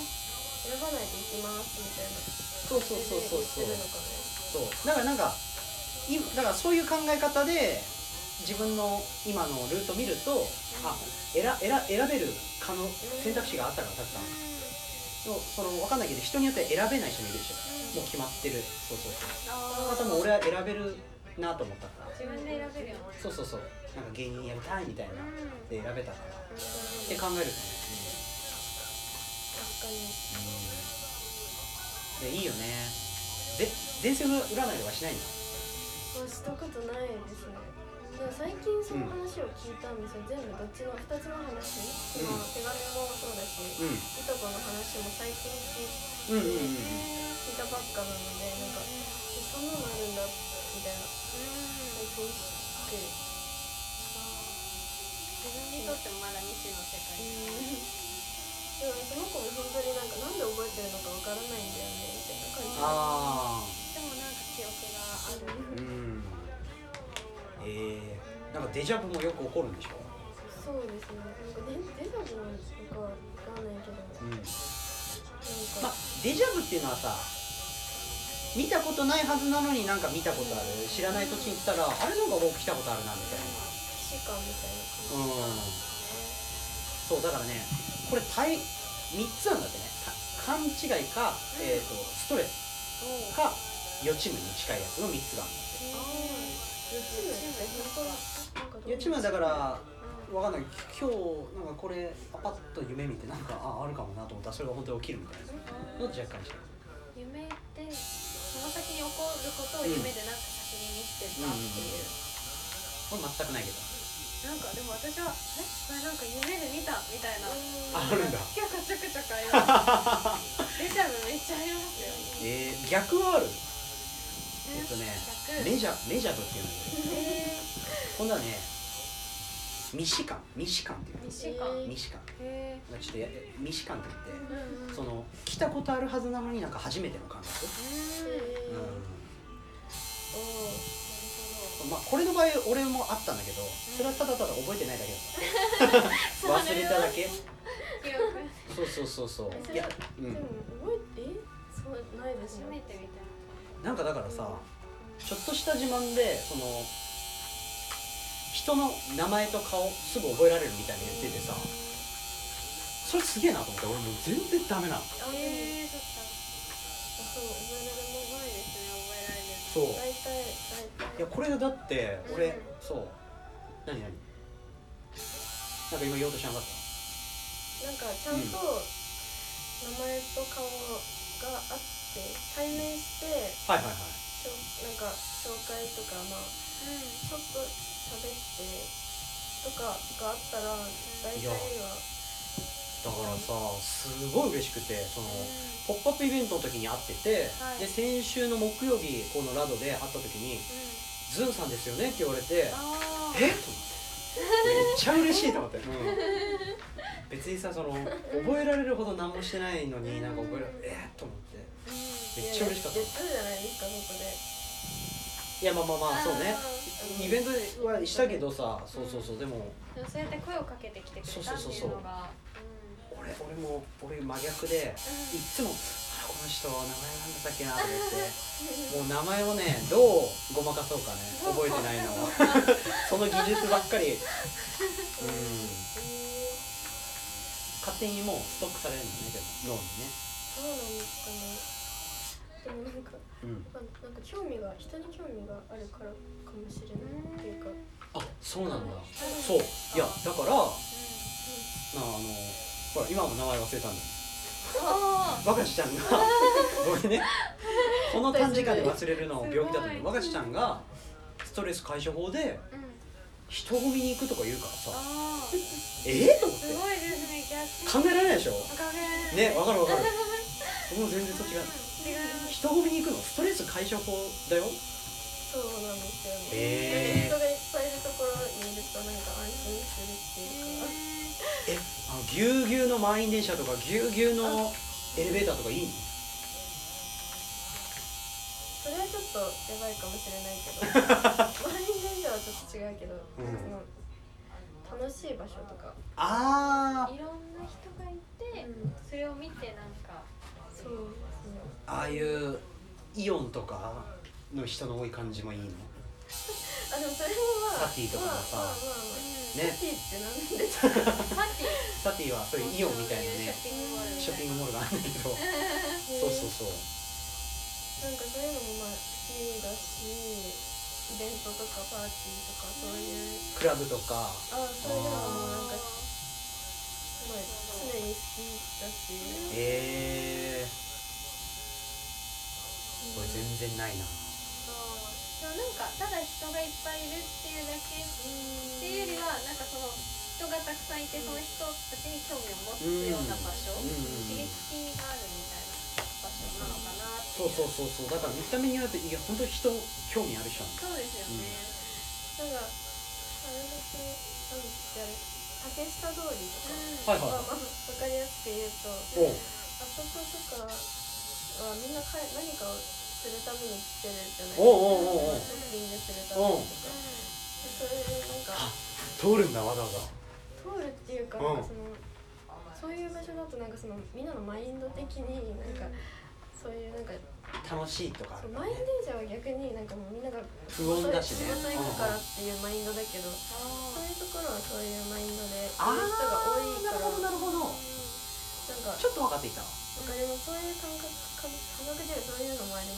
Speaker 2: 選ばないで行きますみたいな
Speaker 1: そうそうそうそうそう
Speaker 2: 言ってるのか
Speaker 1: そうだからなんか今だからそういう考え方で自分の今のルート見るとあ選選選べる可能選択肢があったからたくさんそうその分かんないけど人によっては選べない人もいるでしょもう決まってるそうそうそう
Speaker 3: あ
Speaker 1: 方も俺は選べるなと思ったから
Speaker 3: 自分で選べるよう
Speaker 1: そうそうそうなんか芸人やりたいみたいな
Speaker 3: なうん
Speaker 1: で選べたからって
Speaker 2: な
Speaker 1: 考えるとね、
Speaker 2: 確かに
Speaker 1: うん、でいいよねで全線占いとかしないんだ
Speaker 2: まあしたことないですねでも最近その話を聞いたんですよ、全部どっちの2つの話その手紙もそうだし、いとこの話も最近聞い
Speaker 1: うんうんうんうん
Speaker 2: たばっかなのでなんかえそんなのあるんだみたいな最近知って
Speaker 3: 自分にとってもまだ未知の世界
Speaker 2: でもその子も本当になんかなんで覚えてるのかわからないんだよねみたいな感じ
Speaker 1: ああ
Speaker 3: でもなんか記憶がある
Speaker 1: うんえー、なんかデジャブもよく起こるんでしょ、
Speaker 2: そうですねなんかデデジャブなのかわかんないけどな
Speaker 1: うん、ま
Speaker 2: ん
Speaker 1: あ
Speaker 2: か
Speaker 1: デジャブっていうのはさ見たことないはずなのになんか見たことある知らない土地に来たらあれなんか僕来たことあるなみたいな
Speaker 2: 死感みたいな感
Speaker 1: うんそう
Speaker 2: じ
Speaker 1: だからねこれ対3つなんだってねた勘違いか、えー、とストレス
Speaker 3: お
Speaker 1: か予知夢に近いやつの3つがあるんだって
Speaker 2: 予知夢って本当なんかど
Speaker 1: 予
Speaker 2: う
Speaker 1: 知夢はだからわかんない今日なんかこれパパッと夢見てなんかああるかもなと思ったらそれが本当に起きるみたいなのと若干違う
Speaker 3: 夢ってその先に起こることを夢でなく先に見てたっていう、
Speaker 1: これ全くないけど
Speaker 3: なんかでも私は「えこれなんか夢で見た」みたいな
Speaker 1: あるんだ
Speaker 3: 結構ちょくちょくあります出ちゃうのめっちゃありますよ
Speaker 1: えー、逆はあるえっとね
Speaker 3: 逆
Speaker 1: メジャメジャブっていうんだけど今度
Speaker 3: え
Speaker 1: はねミシカンミシカンっていう
Speaker 3: ー、西か
Speaker 1: ミシカン
Speaker 3: え
Speaker 1: なんかちょっとやミシカンって言って
Speaker 3: ー、うんうん
Speaker 1: その来たことあるはずなのになんか初めての感覚、
Speaker 3: うん
Speaker 2: えー
Speaker 1: う
Speaker 2: お
Speaker 1: んまあ、これの場合俺もあったんだけどそれはただただ覚えてないだけだった 忘れただけ
Speaker 3: 記
Speaker 1: そ
Speaker 3: 憶
Speaker 1: うそうそうそういや、う
Speaker 2: ーで
Speaker 1: ん
Speaker 2: も、覚えてえそうないです
Speaker 3: 初め
Speaker 2: ね
Speaker 3: てみたい
Speaker 1: なんかだからさちょっとした自慢でその人の名前と顔すぐ覚えられるみたいに言っててさそれすげえなと思って俺もう全然ダメなの
Speaker 2: あ
Speaker 3: な
Speaker 2: でも
Speaker 3: えー、そっか
Speaker 2: あそう覚えられ
Speaker 3: すごいですね覚えられる
Speaker 1: そう
Speaker 2: ない大体大体
Speaker 1: いやこれがだって
Speaker 3: う
Speaker 1: 俺
Speaker 3: ん
Speaker 1: そう何何なんか今言おうとしなかった
Speaker 2: なんかちゃんと名前と顔があって対面して
Speaker 1: はいはいはい
Speaker 2: しょなんか紹介とかまあ
Speaker 3: う
Speaker 2: ちょっと喋ってとかがあったら大体は
Speaker 1: だからさすごい嬉しくてその
Speaker 3: ん、
Speaker 1: 「ポップアップイベントの時に会ってて、
Speaker 3: はい
Speaker 1: で先週の木曜日このラドで会った時に
Speaker 3: う
Speaker 1: 「ズンさんですよね」って言われて
Speaker 3: ん、
Speaker 1: え
Speaker 3: あ
Speaker 1: っと思ってめっちゃ嬉しいと思って、うん別にさその覚えられるほど何もしてないのになんか覚えられえっと思って
Speaker 3: ー
Speaker 1: めっちゃ嬉しかった
Speaker 2: いや言ったじゃないですかここで
Speaker 1: いやまあまあまあそうね
Speaker 2: あー
Speaker 1: イベントはしたけどさそうそうそうでも
Speaker 3: でもそうやって声をかけてきてくれたっていうのが
Speaker 1: 俺俺も俺真逆でいっつも「あこの人名前なんだったっけな」と思ってもう名前をねどうごまかそうかね覚えてない のをその技術ばっかりうん
Speaker 2: えー、
Speaker 1: 勝手にもうストックされるんだねでも脳にね
Speaker 2: そうなんですかねでもなんか
Speaker 1: うん
Speaker 2: まあなんか興味が人に興味があるからかもしれないっていうか
Speaker 1: あそうなんだ
Speaker 3: うん
Speaker 1: そういやだからなあ
Speaker 3: う
Speaker 1: のほら今も名前忘れたんだよ
Speaker 3: んあ
Speaker 1: 若ち ゃんがごめんねこの短時間で忘れるの病気だと思
Speaker 3: す
Speaker 1: う
Speaker 3: ごい
Speaker 1: 若ちゃんがストレス解消法で
Speaker 3: ーうん
Speaker 1: 人混みに行くとか言うからさ
Speaker 3: あー
Speaker 1: ええと思って
Speaker 3: すごいですね逆
Speaker 1: 考えられないでしょ
Speaker 3: おかげ
Speaker 1: ねわかる わかる僕も全然と違う
Speaker 3: 違います
Speaker 1: 人混みに行くのストレス解消法だよ
Speaker 2: そうなんですよね、
Speaker 1: へー
Speaker 2: 人がいっぱいいるところにいるととなんか安心するっていうか、
Speaker 1: えあのぎゅうぎゅうの満員電車とかぎゅうぎゅうのエレベーターとかいい
Speaker 2: それはちょっとやばいかもしれないけど満員電車はちょっと違うけど、
Speaker 1: ん
Speaker 2: その楽しい場所とか、
Speaker 1: あー
Speaker 3: いろんな人がいて、
Speaker 2: うん
Speaker 3: それを見てなんか
Speaker 2: そうですね
Speaker 1: ああいうイオンとかの人の多い感じもいいの
Speaker 2: あでもそれもまあ
Speaker 1: サティとかもさ
Speaker 2: まあまあまあ
Speaker 1: ね
Speaker 2: サティって何ですか
Speaker 3: パーティー
Speaker 1: サティはそういうイオンみたいなね
Speaker 3: ショッピングモールみたいな
Speaker 1: ショッピングモールがあるんだけ どそうそうそう
Speaker 2: なんかそういうのもまあ好きだしイベントとかパーティーとかそういう
Speaker 1: クラブとか
Speaker 2: あそういうのもなんか
Speaker 3: あ
Speaker 2: すごい常に好きだし
Speaker 1: ええこれ全然ないな
Speaker 3: ーそうでもなんかただ人がいっぱいいるっていうだけっていうよりはなんかその人がたくさんいてその人たちに興味を持つような場所、
Speaker 1: うん
Speaker 3: 刺激があるみたいな場所なのかなっ
Speaker 1: そ
Speaker 3: てい
Speaker 1: うそうそうそうだから見た目によっていや本当に人興味ある人なんだ
Speaker 3: そうですよね、
Speaker 2: なんかあれだけなんてあれ竹下通りとか
Speaker 1: はい
Speaker 2: ま
Speaker 1: は
Speaker 2: あまあわかりやすく言うと
Speaker 1: いおう
Speaker 2: あそことかはみんなかい何かをするために来てるじゃないですか
Speaker 1: おうおうおうおう
Speaker 2: ショッピングするためにとかそれでなんか
Speaker 1: あ通るんだわざわざ
Speaker 2: 通るっていうか
Speaker 1: うん
Speaker 2: なんかそのそういう場所だとなんかそのみんなのマインド的になんかそういうなんか
Speaker 1: 楽しいとかあ
Speaker 2: そ
Speaker 1: るか
Speaker 2: う
Speaker 1: ら
Speaker 2: 満
Speaker 1: ね
Speaker 2: 員電車は逆になんかもうみんなが
Speaker 1: 不穏だしね
Speaker 2: 仕事行くからっていうマインドだけどそう
Speaker 3: あ
Speaker 2: いうところはそういうマインドで
Speaker 1: あ
Speaker 2: そういう人が多い
Speaker 1: ーなるほ
Speaker 2: から
Speaker 1: どなるほど
Speaker 2: なんか
Speaker 1: ちょっと分かってきたわ
Speaker 2: なんかでもそういう感覚感感覚ではそういうのもあり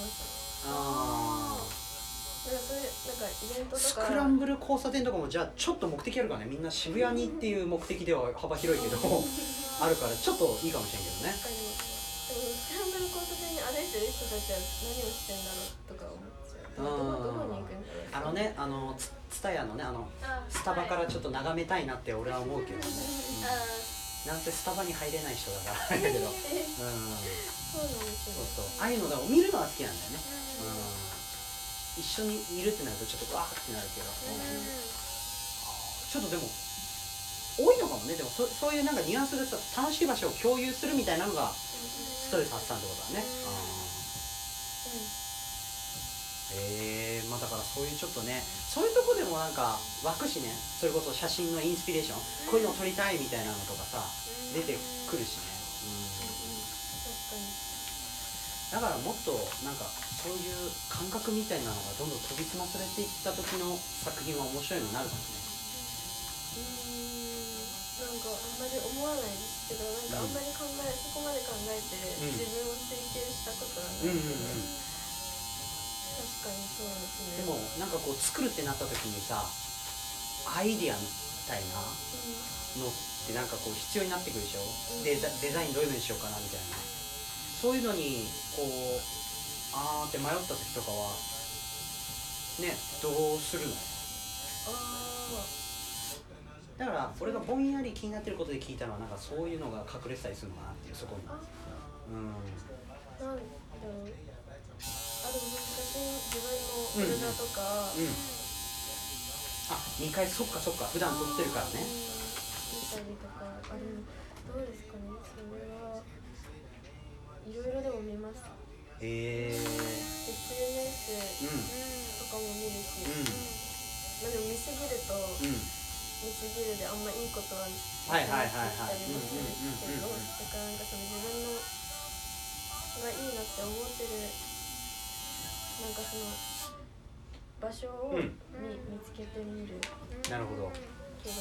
Speaker 1: あ
Speaker 2: ますなんかそういうなんかイベント
Speaker 1: ー
Speaker 2: と
Speaker 1: ス
Speaker 2: か
Speaker 1: クランブル交差点とかもじゃあちょっと目的あるからねみんな渋谷にっていう目的では幅広いけどあるからちょっといいかもしれんけどね
Speaker 2: 確かにでもスクランブル交差点に歩いてる人たちは何をしてんだろうとか思っちゃうどこどこに行くんだ
Speaker 1: あ
Speaker 2: ろう
Speaker 1: のねあのツツタヤのねあの
Speaker 3: ー
Speaker 1: スタバか
Speaker 3: は
Speaker 1: ら
Speaker 3: い
Speaker 1: ちょっと眺めたいなって俺は思うけどね、うん
Speaker 3: あー
Speaker 1: なんせスタバに入れない人だからあれだけどうん
Speaker 2: そうなんです
Speaker 1: そう
Speaker 2: よ
Speaker 1: そうああいうのだから見るのは好きなんだよねうん
Speaker 3: う
Speaker 1: 一緒にいるってなるとちょっとわーってなるけど、
Speaker 3: ん
Speaker 1: うんちょっとでも多いのかもねでもそそういうなんかニュアンスでさ楽しい場所を共有するみたいなのがストレス発散ってことだね
Speaker 3: うん
Speaker 1: へえー、まあだからそういうちょっとねそういうとこでもなんか湧くしねそれこそ写真のインスピレーションこういうのを撮りたいみたいなのとかさ出てくるしね、うん
Speaker 2: 確かに
Speaker 1: だからもっとなんかそういう感覚みたいなのがどんどん飛びつまされていった時の作品は面白いのになるかもね
Speaker 2: うーんなんかあんまり思わないですけどなんかあんまり考え、そこまで考えて
Speaker 1: うん
Speaker 2: 自分を追求したことは
Speaker 1: うん
Speaker 2: な
Speaker 1: うん
Speaker 2: い、
Speaker 1: うん
Speaker 2: 確かにそうで
Speaker 1: で
Speaker 2: すね
Speaker 1: もなんかこう作るってなった時にさアイディアみたいな
Speaker 2: う
Speaker 1: のってなんかこう必要になってくるでしょ、
Speaker 2: うん
Speaker 1: デザデザインどういうのにしようかなみたいなそういうのにこうあーって迷った時とかはねどうするの
Speaker 2: んあ
Speaker 1: だから俺がぼんやり気になってることで聞いたのはなんかそういうのが隠れてたりするのかなっていうそこに
Speaker 2: あ
Speaker 1: うん
Speaker 2: あなんだろうあでも難しい自分のフォルダとか、
Speaker 1: うんあ二回そっかそっか普段撮ってるからね
Speaker 2: 見たりとかあでもどうですかねそれはいろいろでも見ます
Speaker 1: へえ
Speaker 2: SNS
Speaker 1: う
Speaker 2: とかも見るし、
Speaker 1: ん
Speaker 2: まあでも見すぎると、
Speaker 1: うんうん
Speaker 2: 見すぎるであんまいいことは
Speaker 1: はいはいはいはい
Speaker 2: なくなってきたりもするけど
Speaker 1: うんうんうんうんうん
Speaker 2: だからなんかその自分のがいいなって思ってるなんかその場所を
Speaker 1: う
Speaker 2: 見,、
Speaker 1: ん
Speaker 2: 見つけてみる
Speaker 1: なるほど
Speaker 2: けど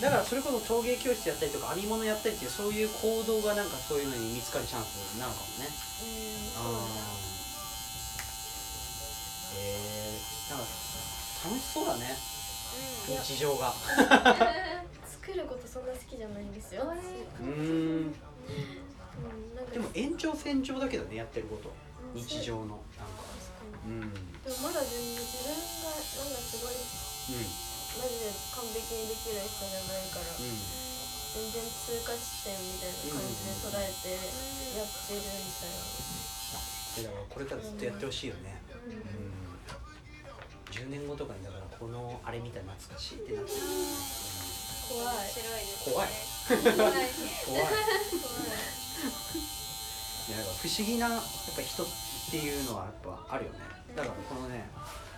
Speaker 1: だからそれこそ陶芸教室やったりとか編み物やったりっていうそういう行動がなんかそういうのに見つかるチャンスなのかもね
Speaker 2: うん
Speaker 1: へえなんか楽しそうだね
Speaker 2: いや
Speaker 1: 日常が
Speaker 2: 作ることそんな好きじゃないんですよ、
Speaker 1: う
Speaker 2: 私
Speaker 1: ーん
Speaker 2: うん、なんか
Speaker 1: でも延長線上だけどねやってること日常のなんか
Speaker 2: 確かに
Speaker 1: うんうん
Speaker 2: でもまだ全然自分がなんかすごいマジで完璧にできる人じゃないから、
Speaker 1: う
Speaker 2: 全然通過地点みたいな感じで捉えてやってるみた
Speaker 1: んで
Speaker 2: いな、
Speaker 1: だからこれからずっとやってほしいよね
Speaker 2: うん
Speaker 1: うん10年後とかにだからここのあれみたいな懐かしいってなって
Speaker 2: 怖い
Speaker 1: 怖い
Speaker 3: 白いですね怖
Speaker 1: 怖い
Speaker 2: 怖
Speaker 3: い
Speaker 2: い
Speaker 1: いやだから不思議なやっぱ人っていうのはやっぱあるよねだからこのね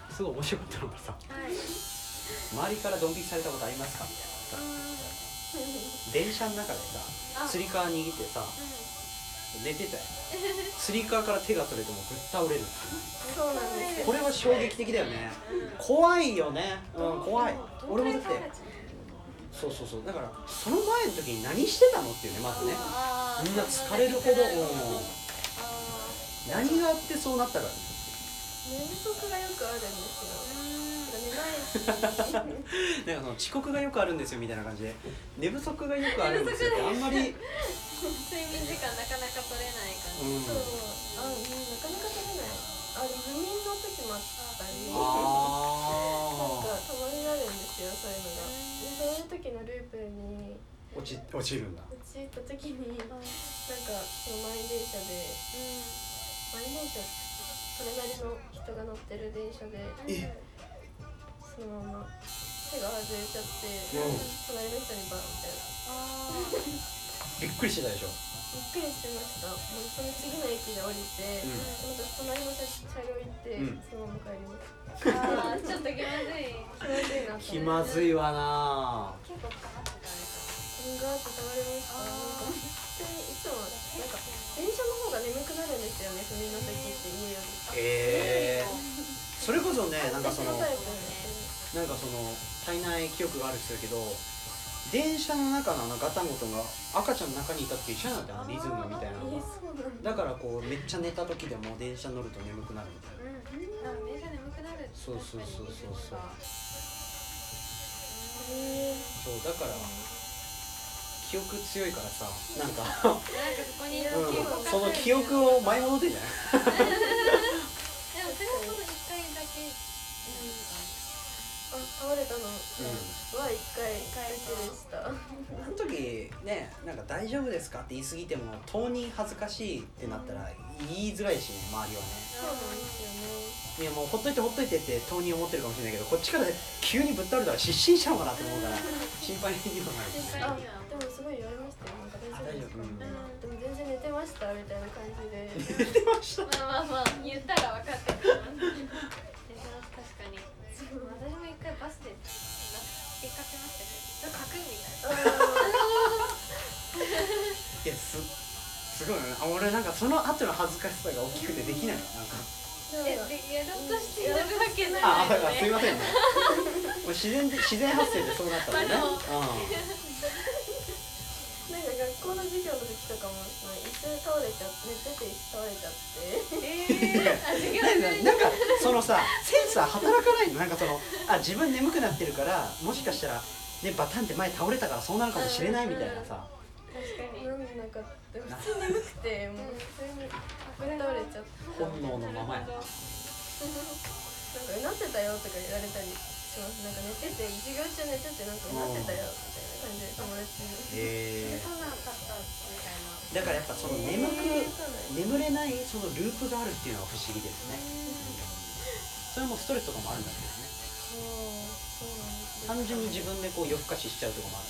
Speaker 1: すごい面白かったのがさ
Speaker 3: はい
Speaker 1: 周りからドン引きされたことありますかみたいなさ電車の中でさ
Speaker 3: あ
Speaker 1: つり革握ってさ
Speaker 3: う
Speaker 1: 寝てたよつり革から手が取れてもうぶっ倒れるってい
Speaker 2: そうなんです
Speaker 1: う
Speaker 2: よ
Speaker 1: これは衝撃的だよね怖いよねうん怖い俺もだってそうそうそうだからその前の時に何してたのっていうねまずねみんな疲れるほどうん何があってそうなったか
Speaker 2: 寝不足がよくあるんですよ寝ないしそ
Speaker 1: なんかその遅刻がよくあるんですよみたいな感じで寝不足がよくあるんですよってあんまり
Speaker 3: 睡眠時間なかなか取れない感じ
Speaker 1: う。ん
Speaker 2: うあうんなかなか食べないあで不眠の時もあったりなんか
Speaker 1: ああ
Speaker 2: たまになるんですよそういうのがでそういう時のループに
Speaker 1: 落ち落ちるんだ
Speaker 2: 陥った時になんかその満員電車で満員電車それなりの人が乗ってる電車で
Speaker 1: え
Speaker 2: そのまま手が外れちゃって
Speaker 1: うん
Speaker 2: 隣の人にバンみたいな
Speaker 1: びっくりしてたでしょ
Speaker 2: びっくりしてましたもうその次の駅で降りて、
Speaker 1: うん
Speaker 2: その後隣の車車両行って、
Speaker 1: うん
Speaker 2: そのまま帰りまし
Speaker 3: あーちょっと気まずい。
Speaker 2: た気まずいなと思って
Speaker 1: 気まずいわな
Speaker 3: 結構ガーッとか
Speaker 2: う
Speaker 3: れ
Speaker 2: んがーって倒れましたなんか本当にいつもなんか電車の方が眠くなるんですよね不眠の時って家より
Speaker 1: ええそれこそねなんかそ
Speaker 2: 私
Speaker 1: の
Speaker 2: のタイプ
Speaker 1: なんかその体内記憶がある人だけど電車の中のあのガタンゴトンが赤ちゃんの中にいたって一緒なんだよあのリズムみたいなの
Speaker 2: え
Speaker 1: が
Speaker 2: そうなんだ
Speaker 1: だからこうめっちゃ寝た時でも電車乗ると眠くなるみたいな
Speaker 3: うん。なんか電車眠くなる。
Speaker 1: そうそうそうそうそう
Speaker 2: へえ
Speaker 1: そうだから記憶強いからさなんか、
Speaker 3: なんかそこに記
Speaker 1: う
Speaker 3: 憶
Speaker 1: ん
Speaker 3: が
Speaker 1: その記憶を前戻ってんじゃない
Speaker 3: でもそれはほど一回だけ。う
Speaker 2: あ倒れたのは一回回避でし
Speaker 1: あ
Speaker 2: た、
Speaker 1: の時ねなんか「大丈夫ですか?」って言い過ぎても当人恥ずかしいってなったら言いづらいしね周りはね
Speaker 2: そうなんです
Speaker 1: い
Speaker 2: よね
Speaker 1: やもうほっといてほっといてって当人思ってるかもしれないけどこっちから急にぶっ倒れたら失神しちゃうかなって思う から心配にはなるし
Speaker 3: 心
Speaker 1: ね
Speaker 3: 配
Speaker 2: あでもすごい言われましたよなんか大
Speaker 1: あ大丈
Speaker 2: 丈夫ですか
Speaker 1: 夫うん
Speaker 2: でも全然寝てましたみたいな感
Speaker 1: 寝
Speaker 2: じで
Speaker 1: てました
Speaker 3: ん。まあまあまあ言ったら分かってきます。確かに。私も一回バスで出かけましたけど、かくみたいな。
Speaker 1: いやすすごいよねあ俺なんかその後の恥ずかしさが大きくてできないのなんか
Speaker 3: え、
Speaker 2: で
Speaker 3: でやろうとしてやるわけない
Speaker 1: あ
Speaker 3: よ
Speaker 1: あすい
Speaker 3: ね。
Speaker 1: ませ んねもう自然で自然発生でそうなったんだね、
Speaker 3: まあでも
Speaker 1: う
Speaker 2: なんか学校の授業の時とかもその椅子倒れちゃって寝てて椅子倒れちゃって
Speaker 3: え
Speaker 1: んいや
Speaker 3: ー、あ授業
Speaker 1: なん
Speaker 3: 中
Speaker 1: か
Speaker 3: に。
Speaker 1: なんかそのさセンサー働かないのなんかそのあ自分眠くなってるからもしかしたらねバタンって前倒れたからそうなるかもしれないみたいなさ
Speaker 3: 確かに。
Speaker 2: なんでなんかでも普通に眠くてもう普通にこれ倒れちゃって
Speaker 1: 本能のままや
Speaker 3: なるほ
Speaker 2: なん
Speaker 3: ど
Speaker 2: かうなってたよとか言われたりしますなんか寝てて授業中寝ててなんかうなってたよみたいな感じで友達に
Speaker 1: へ
Speaker 3: そうなんだったみたいな。
Speaker 1: ーだからやっぱその眠く
Speaker 2: えーそうなんです
Speaker 1: 眠れないそのループがあるっていうのは不思議ですねそれもストレスとかもあるんだけどね
Speaker 2: そうなん
Speaker 1: 単
Speaker 2: です
Speaker 1: 純に自分でこう夜更かししちゃうとかもある
Speaker 2: あ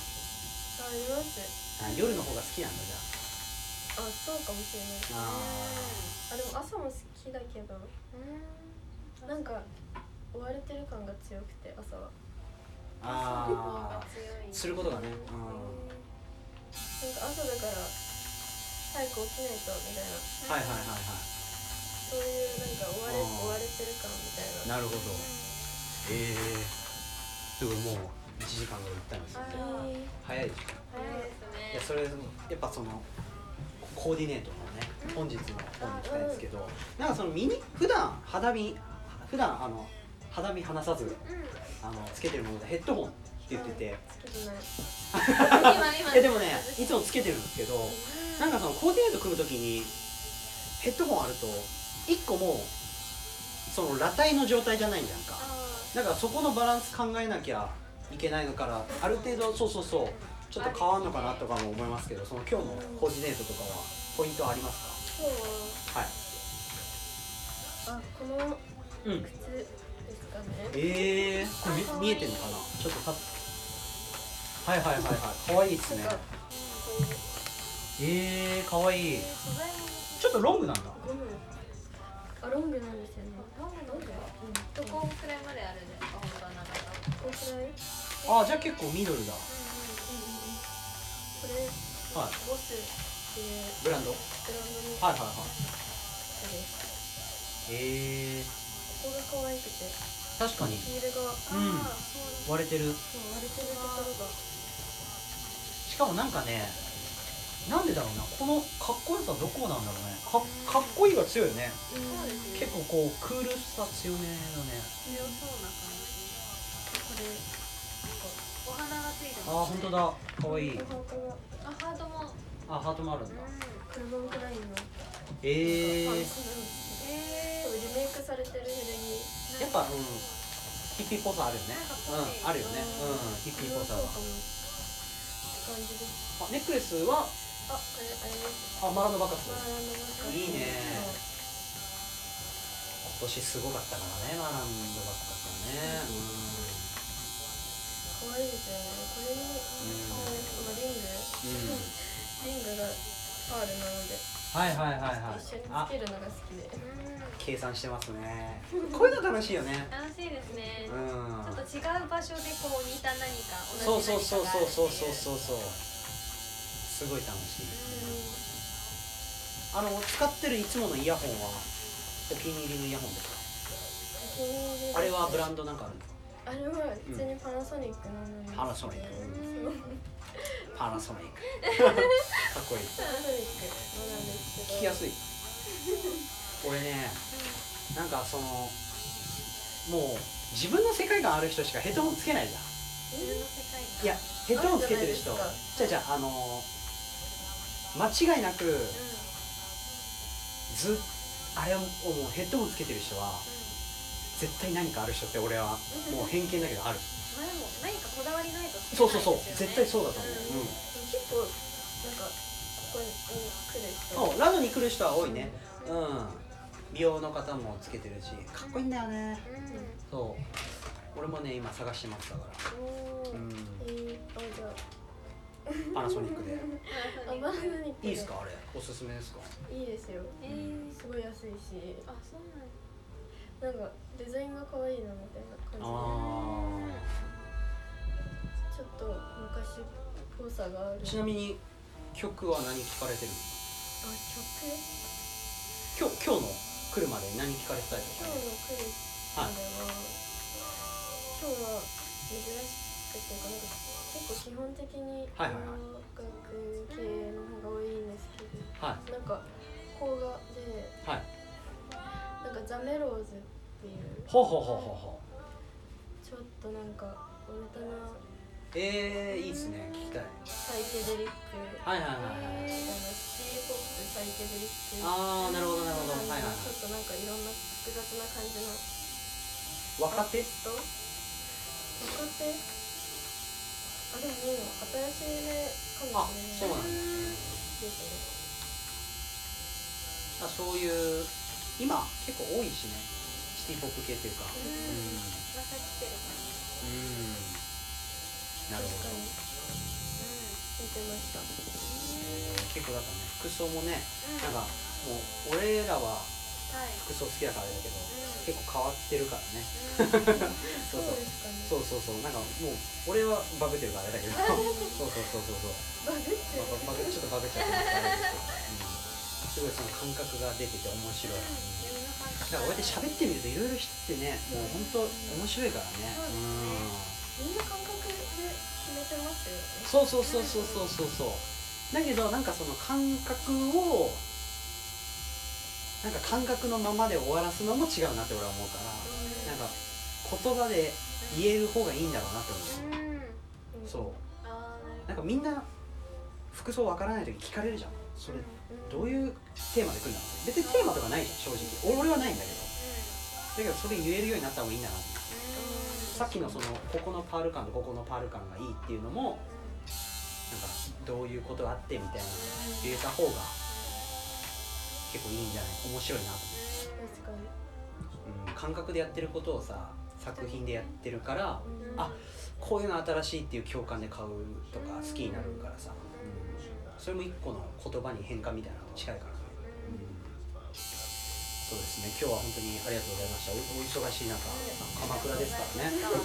Speaker 2: ります
Speaker 1: あ夜の方が好きなんだじゃ
Speaker 2: あそうかもしれない
Speaker 1: あ
Speaker 2: あでも朝も好きだけどなんか追われてる感が強くて朝は
Speaker 1: あーあーすることがね、
Speaker 2: なん
Speaker 1: う、
Speaker 2: か朝だから早く起きないとみたいな
Speaker 1: は
Speaker 2: ん
Speaker 1: いはいはいはい
Speaker 2: そういうなんか追わ
Speaker 1: あ
Speaker 2: れ
Speaker 1: ー
Speaker 2: 追われてる感みたいな
Speaker 1: なるほど。ええすごいもう一時間ぐらい行ったんですよね
Speaker 3: あ。
Speaker 1: 早
Speaker 2: え
Speaker 3: ら
Speaker 1: いでしょ。
Speaker 3: 早いです
Speaker 1: いや
Speaker 3: ね。
Speaker 1: それでもやっぱそのコーディネートのね本日の本にしたいんですけど、なんかそのミニ普段肌身普段あの肌身離さずあのつけてるものでヘッドホンって言ってて、
Speaker 2: ー好きじゃない
Speaker 3: 今今。
Speaker 1: えでもねいつもつけてるんですけど、なんかそのコーディネート組むときにヘッドホンあると一個もうその裸体の状態じゃないじゃんか。だからそこのバランス考えなきゃいけないのからある程度そうそうそうちょっと変わんのかなとかも思いますけどその今日のコーディネートとかはポイントあります
Speaker 2: 今日
Speaker 1: かは
Speaker 2: は
Speaker 1: い
Speaker 2: あこの
Speaker 1: うん
Speaker 2: 靴ですかね
Speaker 1: えー、これ見見えてるのかなちょっと立っはいはいはいはいかわいいですね
Speaker 2: なんかこう
Speaker 1: えー、かわいい
Speaker 3: 素材も
Speaker 1: ちょっとロングなんだ
Speaker 2: ゴムあロングなんですよねロングロングうん
Speaker 3: ど
Speaker 2: どこ
Speaker 3: こくらいまであるんですか本当は長さ
Speaker 2: こんくらい
Speaker 1: あーじゃあ結構ミドルだ
Speaker 2: これ
Speaker 1: はい
Speaker 2: ボスっていう
Speaker 1: ブランドはい
Speaker 2: ブラン
Speaker 1: はい
Speaker 2: ドのや
Speaker 1: は
Speaker 2: つ
Speaker 1: いえ
Speaker 2: です
Speaker 1: ー、
Speaker 2: ここが可愛くて
Speaker 1: 確かに
Speaker 2: ヒールが
Speaker 3: うんうんああそうです
Speaker 1: 割れてる
Speaker 2: そう割れてるところが
Speaker 1: しかもなんかねなんでだろうなこのかっこよさどこなんだろうねかかっこいいが強いよね
Speaker 3: そうですね
Speaker 1: 結構こうクールさ強めだね
Speaker 3: 強そうな感じこれお花がついてま
Speaker 1: あー
Speaker 3: す、ね、
Speaker 1: 本当だかわいい
Speaker 2: お墓が
Speaker 3: あハートも、
Speaker 1: あハートもあるんだ
Speaker 2: クルボンクラインの
Speaker 1: え
Speaker 2: パ
Speaker 1: ー、
Speaker 2: ンツなんです
Speaker 3: え
Speaker 2: けど
Speaker 3: ー、
Speaker 2: リメイクされてる古着
Speaker 1: やっぱうんヒッピーっぽさあるよねうんあるよねうんヒッピーっぽさは
Speaker 2: そうかもって感じです
Speaker 1: あネックレスは
Speaker 2: あこれあれです
Speaker 1: あマラノバカス
Speaker 2: マーランドバッグ
Speaker 1: いいね今年すごかったからねマラノバカスはね
Speaker 2: 可愛いですよねこれにこのリング
Speaker 1: うん、うん、
Speaker 2: リングがパールなので
Speaker 1: はいはいはいはい
Speaker 2: 一緒に
Speaker 1: あ
Speaker 2: つけるのが好きで
Speaker 3: うん
Speaker 1: 計算してますねこういうの楽しいよね
Speaker 3: 楽しいですね、
Speaker 1: うん
Speaker 3: ちょっと違う場所でこう似た何か
Speaker 1: そ
Speaker 3: 同
Speaker 1: う
Speaker 3: じ
Speaker 1: そう
Speaker 3: 何か
Speaker 1: そう
Speaker 3: があ
Speaker 1: そう
Speaker 3: る
Speaker 1: そうそうそうそうすご
Speaker 3: っていう
Speaker 1: い楽しい
Speaker 3: う
Speaker 1: あの
Speaker 3: ん
Speaker 1: 使ってるいつものイヤホンはお気に入りのイヤホンです
Speaker 2: お気に
Speaker 1: かあれ
Speaker 2: 入りです
Speaker 1: はブランドなんかある
Speaker 2: あれは普通にパナソニックなのに、
Speaker 1: パナソニック
Speaker 2: そ
Speaker 1: の
Speaker 2: う
Speaker 1: パナソニック かっこいい
Speaker 2: パナソニックのなんですけど
Speaker 1: 聞きやすい俺ねなんかそのもう自分の世界観ある人しかヘッドホンつけないじゃん
Speaker 3: 自分の世界観
Speaker 1: いやヘッドホンつけてる人
Speaker 2: あるじ
Speaker 1: じ
Speaker 2: ゃない
Speaker 1: ゃあじゃああのー間違いなく
Speaker 3: うんうん
Speaker 1: ずあれをもうヘッドホンつけてる人は絶対何かある人って俺はもう偏見だけどある
Speaker 3: 前も何かこだわりないとつけ
Speaker 1: そう
Speaker 3: ない
Speaker 1: そうそう
Speaker 3: ですよね
Speaker 1: 絶対そうだと思う、うん
Speaker 2: 結構なんかここに来る人
Speaker 1: おラドに来る人は多いねうん美容の方もつけてるしかっこいいんだよね
Speaker 3: う
Speaker 1: そう俺もね今探してますだか
Speaker 2: おお
Speaker 1: らうん
Speaker 2: えー、あじゃ
Speaker 1: パナソニックで
Speaker 2: ああ
Speaker 3: ん
Speaker 2: パナソニック
Speaker 1: いいですかあれおすすめですか
Speaker 2: いいですよ
Speaker 3: えー、
Speaker 2: すごい安いし
Speaker 3: あそうなんだ
Speaker 2: なんかデザインが可愛いなみたいな感じで
Speaker 1: あ
Speaker 2: ちょっと昔っぽさがある
Speaker 1: ーちなみに曲は何聞かれてる
Speaker 2: あ
Speaker 1: 今
Speaker 2: 曲
Speaker 1: 日今日の来るまで何聞かれてたりと
Speaker 2: 今
Speaker 1: か
Speaker 2: 日の来るまでは、今日は珍しくていうかなんか結構基本的に
Speaker 1: はいはい
Speaker 2: 音楽系の方が多いんですけど
Speaker 1: は
Speaker 2: なんか邦画で
Speaker 1: いはい
Speaker 2: なんかザメローズっていう
Speaker 1: ほうほうほうほうほう
Speaker 2: ちょっとなんかオルタナ
Speaker 1: えー、いいっすね聞きたい
Speaker 2: サイケデリック
Speaker 1: はいはいはいはい
Speaker 2: みたいなシティポップサイケデリック
Speaker 1: あーなるほどなるほどはいはいはい
Speaker 2: ちょっとなんかいろんな複雑な感じの
Speaker 1: 若手
Speaker 2: と若手あでももう新しい目か
Speaker 1: あ
Speaker 2: もし
Speaker 1: そう
Speaker 2: れ
Speaker 1: な
Speaker 2: な
Speaker 1: んだ
Speaker 2: いです
Speaker 1: あそういう今結構多いしねシティポップ系というか
Speaker 3: う
Speaker 1: うん
Speaker 3: ん
Speaker 1: うん
Speaker 3: また来てる感じ
Speaker 1: なる
Speaker 2: よね確
Speaker 1: ほ
Speaker 2: か
Speaker 1: ど
Speaker 2: に見てました
Speaker 1: 結構だからね服装もね
Speaker 3: うん
Speaker 1: なん
Speaker 3: う
Speaker 1: かも
Speaker 3: ん
Speaker 1: う俺らは
Speaker 3: はい
Speaker 1: 服装好きだからあれだけど
Speaker 3: うん
Speaker 1: 結構変わってるからね
Speaker 2: そ
Speaker 1: そうそう
Speaker 2: うで
Speaker 1: そうそう
Speaker 2: すかね
Speaker 1: そうなんかもう俺はバグってるからあれだけど そうそうそうそうそう
Speaker 2: バグって
Speaker 1: まあバグちょっとバグっちゃってるからあれですけど、うん、すごいその感覚が出てて面白い
Speaker 3: 闇の感
Speaker 1: だからこうやって喋ってみるといろいろ知ってねもう本当面白いからね
Speaker 2: みんな感覚で決めてますよね
Speaker 1: うんそうそうそうそうそうそうそうだけどなんかその感覚をなんか感覚のままで終わらすのも違うなって俺は思うからなんか言葉で言える方がいいんだろうなって思
Speaker 3: うんうん
Speaker 1: うそう
Speaker 3: あー
Speaker 1: な
Speaker 3: なるほ
Speaker 1: んかみんな服装わからない時聞かれるじゃんそれ
Speaker 2: うん
Speaker 1: どういうテーマで来るんだろう別にテーマとかないじゃん正直俺はないんだけどだけどそれ言えるようになった方がいいんだなってさっきのそのここのパール感とここのパール感がいいっていうのもなんかどういうことがあってみたいな言えた方が結構いいんじゃない面白いなと
Speaker 2: 確かに
Speaker 1: 思う、うん、感覚でやってることをさ作品でやってるからあこういうの新しいっていう共感で買うとか好きになるからさ、うん、それも一個の言葉に変化みたいなのと近いからね、うん、そうですね今日は本当にありがとうございましたおお忙しい中鎌倉ですからねわざわざ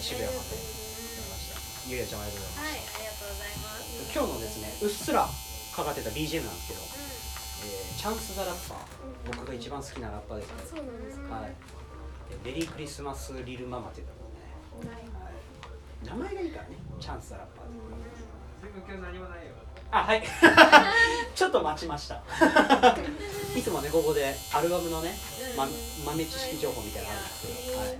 Speaker 1: 渋谷まで来ましたゆりやちゃんありがとうございま
Speaker 3: は
Speaker 1: し
Speaker 3: いありがとうございます
Speaker 1: た今日のですねうっすらかかってた BGM なんですけど、えーチャンス・ザ・ラッパー僕が一番好きなラッパーですね
Speaker 2: あそうなんですか。
Speaker 1: はい。でメリークリスマスリルママっていうのもね、はい、名前がいいからね、チャンスラッパーで。あ、はい。 ちょっと待ちま した。いつもね、ここでアルバムのね、ま、豆知識情報みたいなのあるんですけど、はい。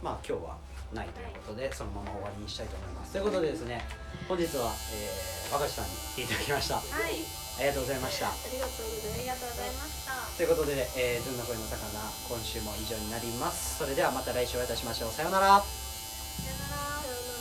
Speaker 1: まあ、今日はないということで、そのまま終わりにしたいと思います。ということでですね、本日は、えー、若狭さんに来ていただきました。あ
Speaker 3: はい
Speaker 1: りがとうございました。
Speaker 2: ありがとうござい
Speaker 3: あ
Speaker 2: ます
Speaker 3: りがとうございました
Speaker 1: ということで、えー、ずんの声の魚、今週も以上になります。それではまた来週お会いいたしましょう。さようなら。
Speaker 3: さよなら
Speaker 2: さようなら。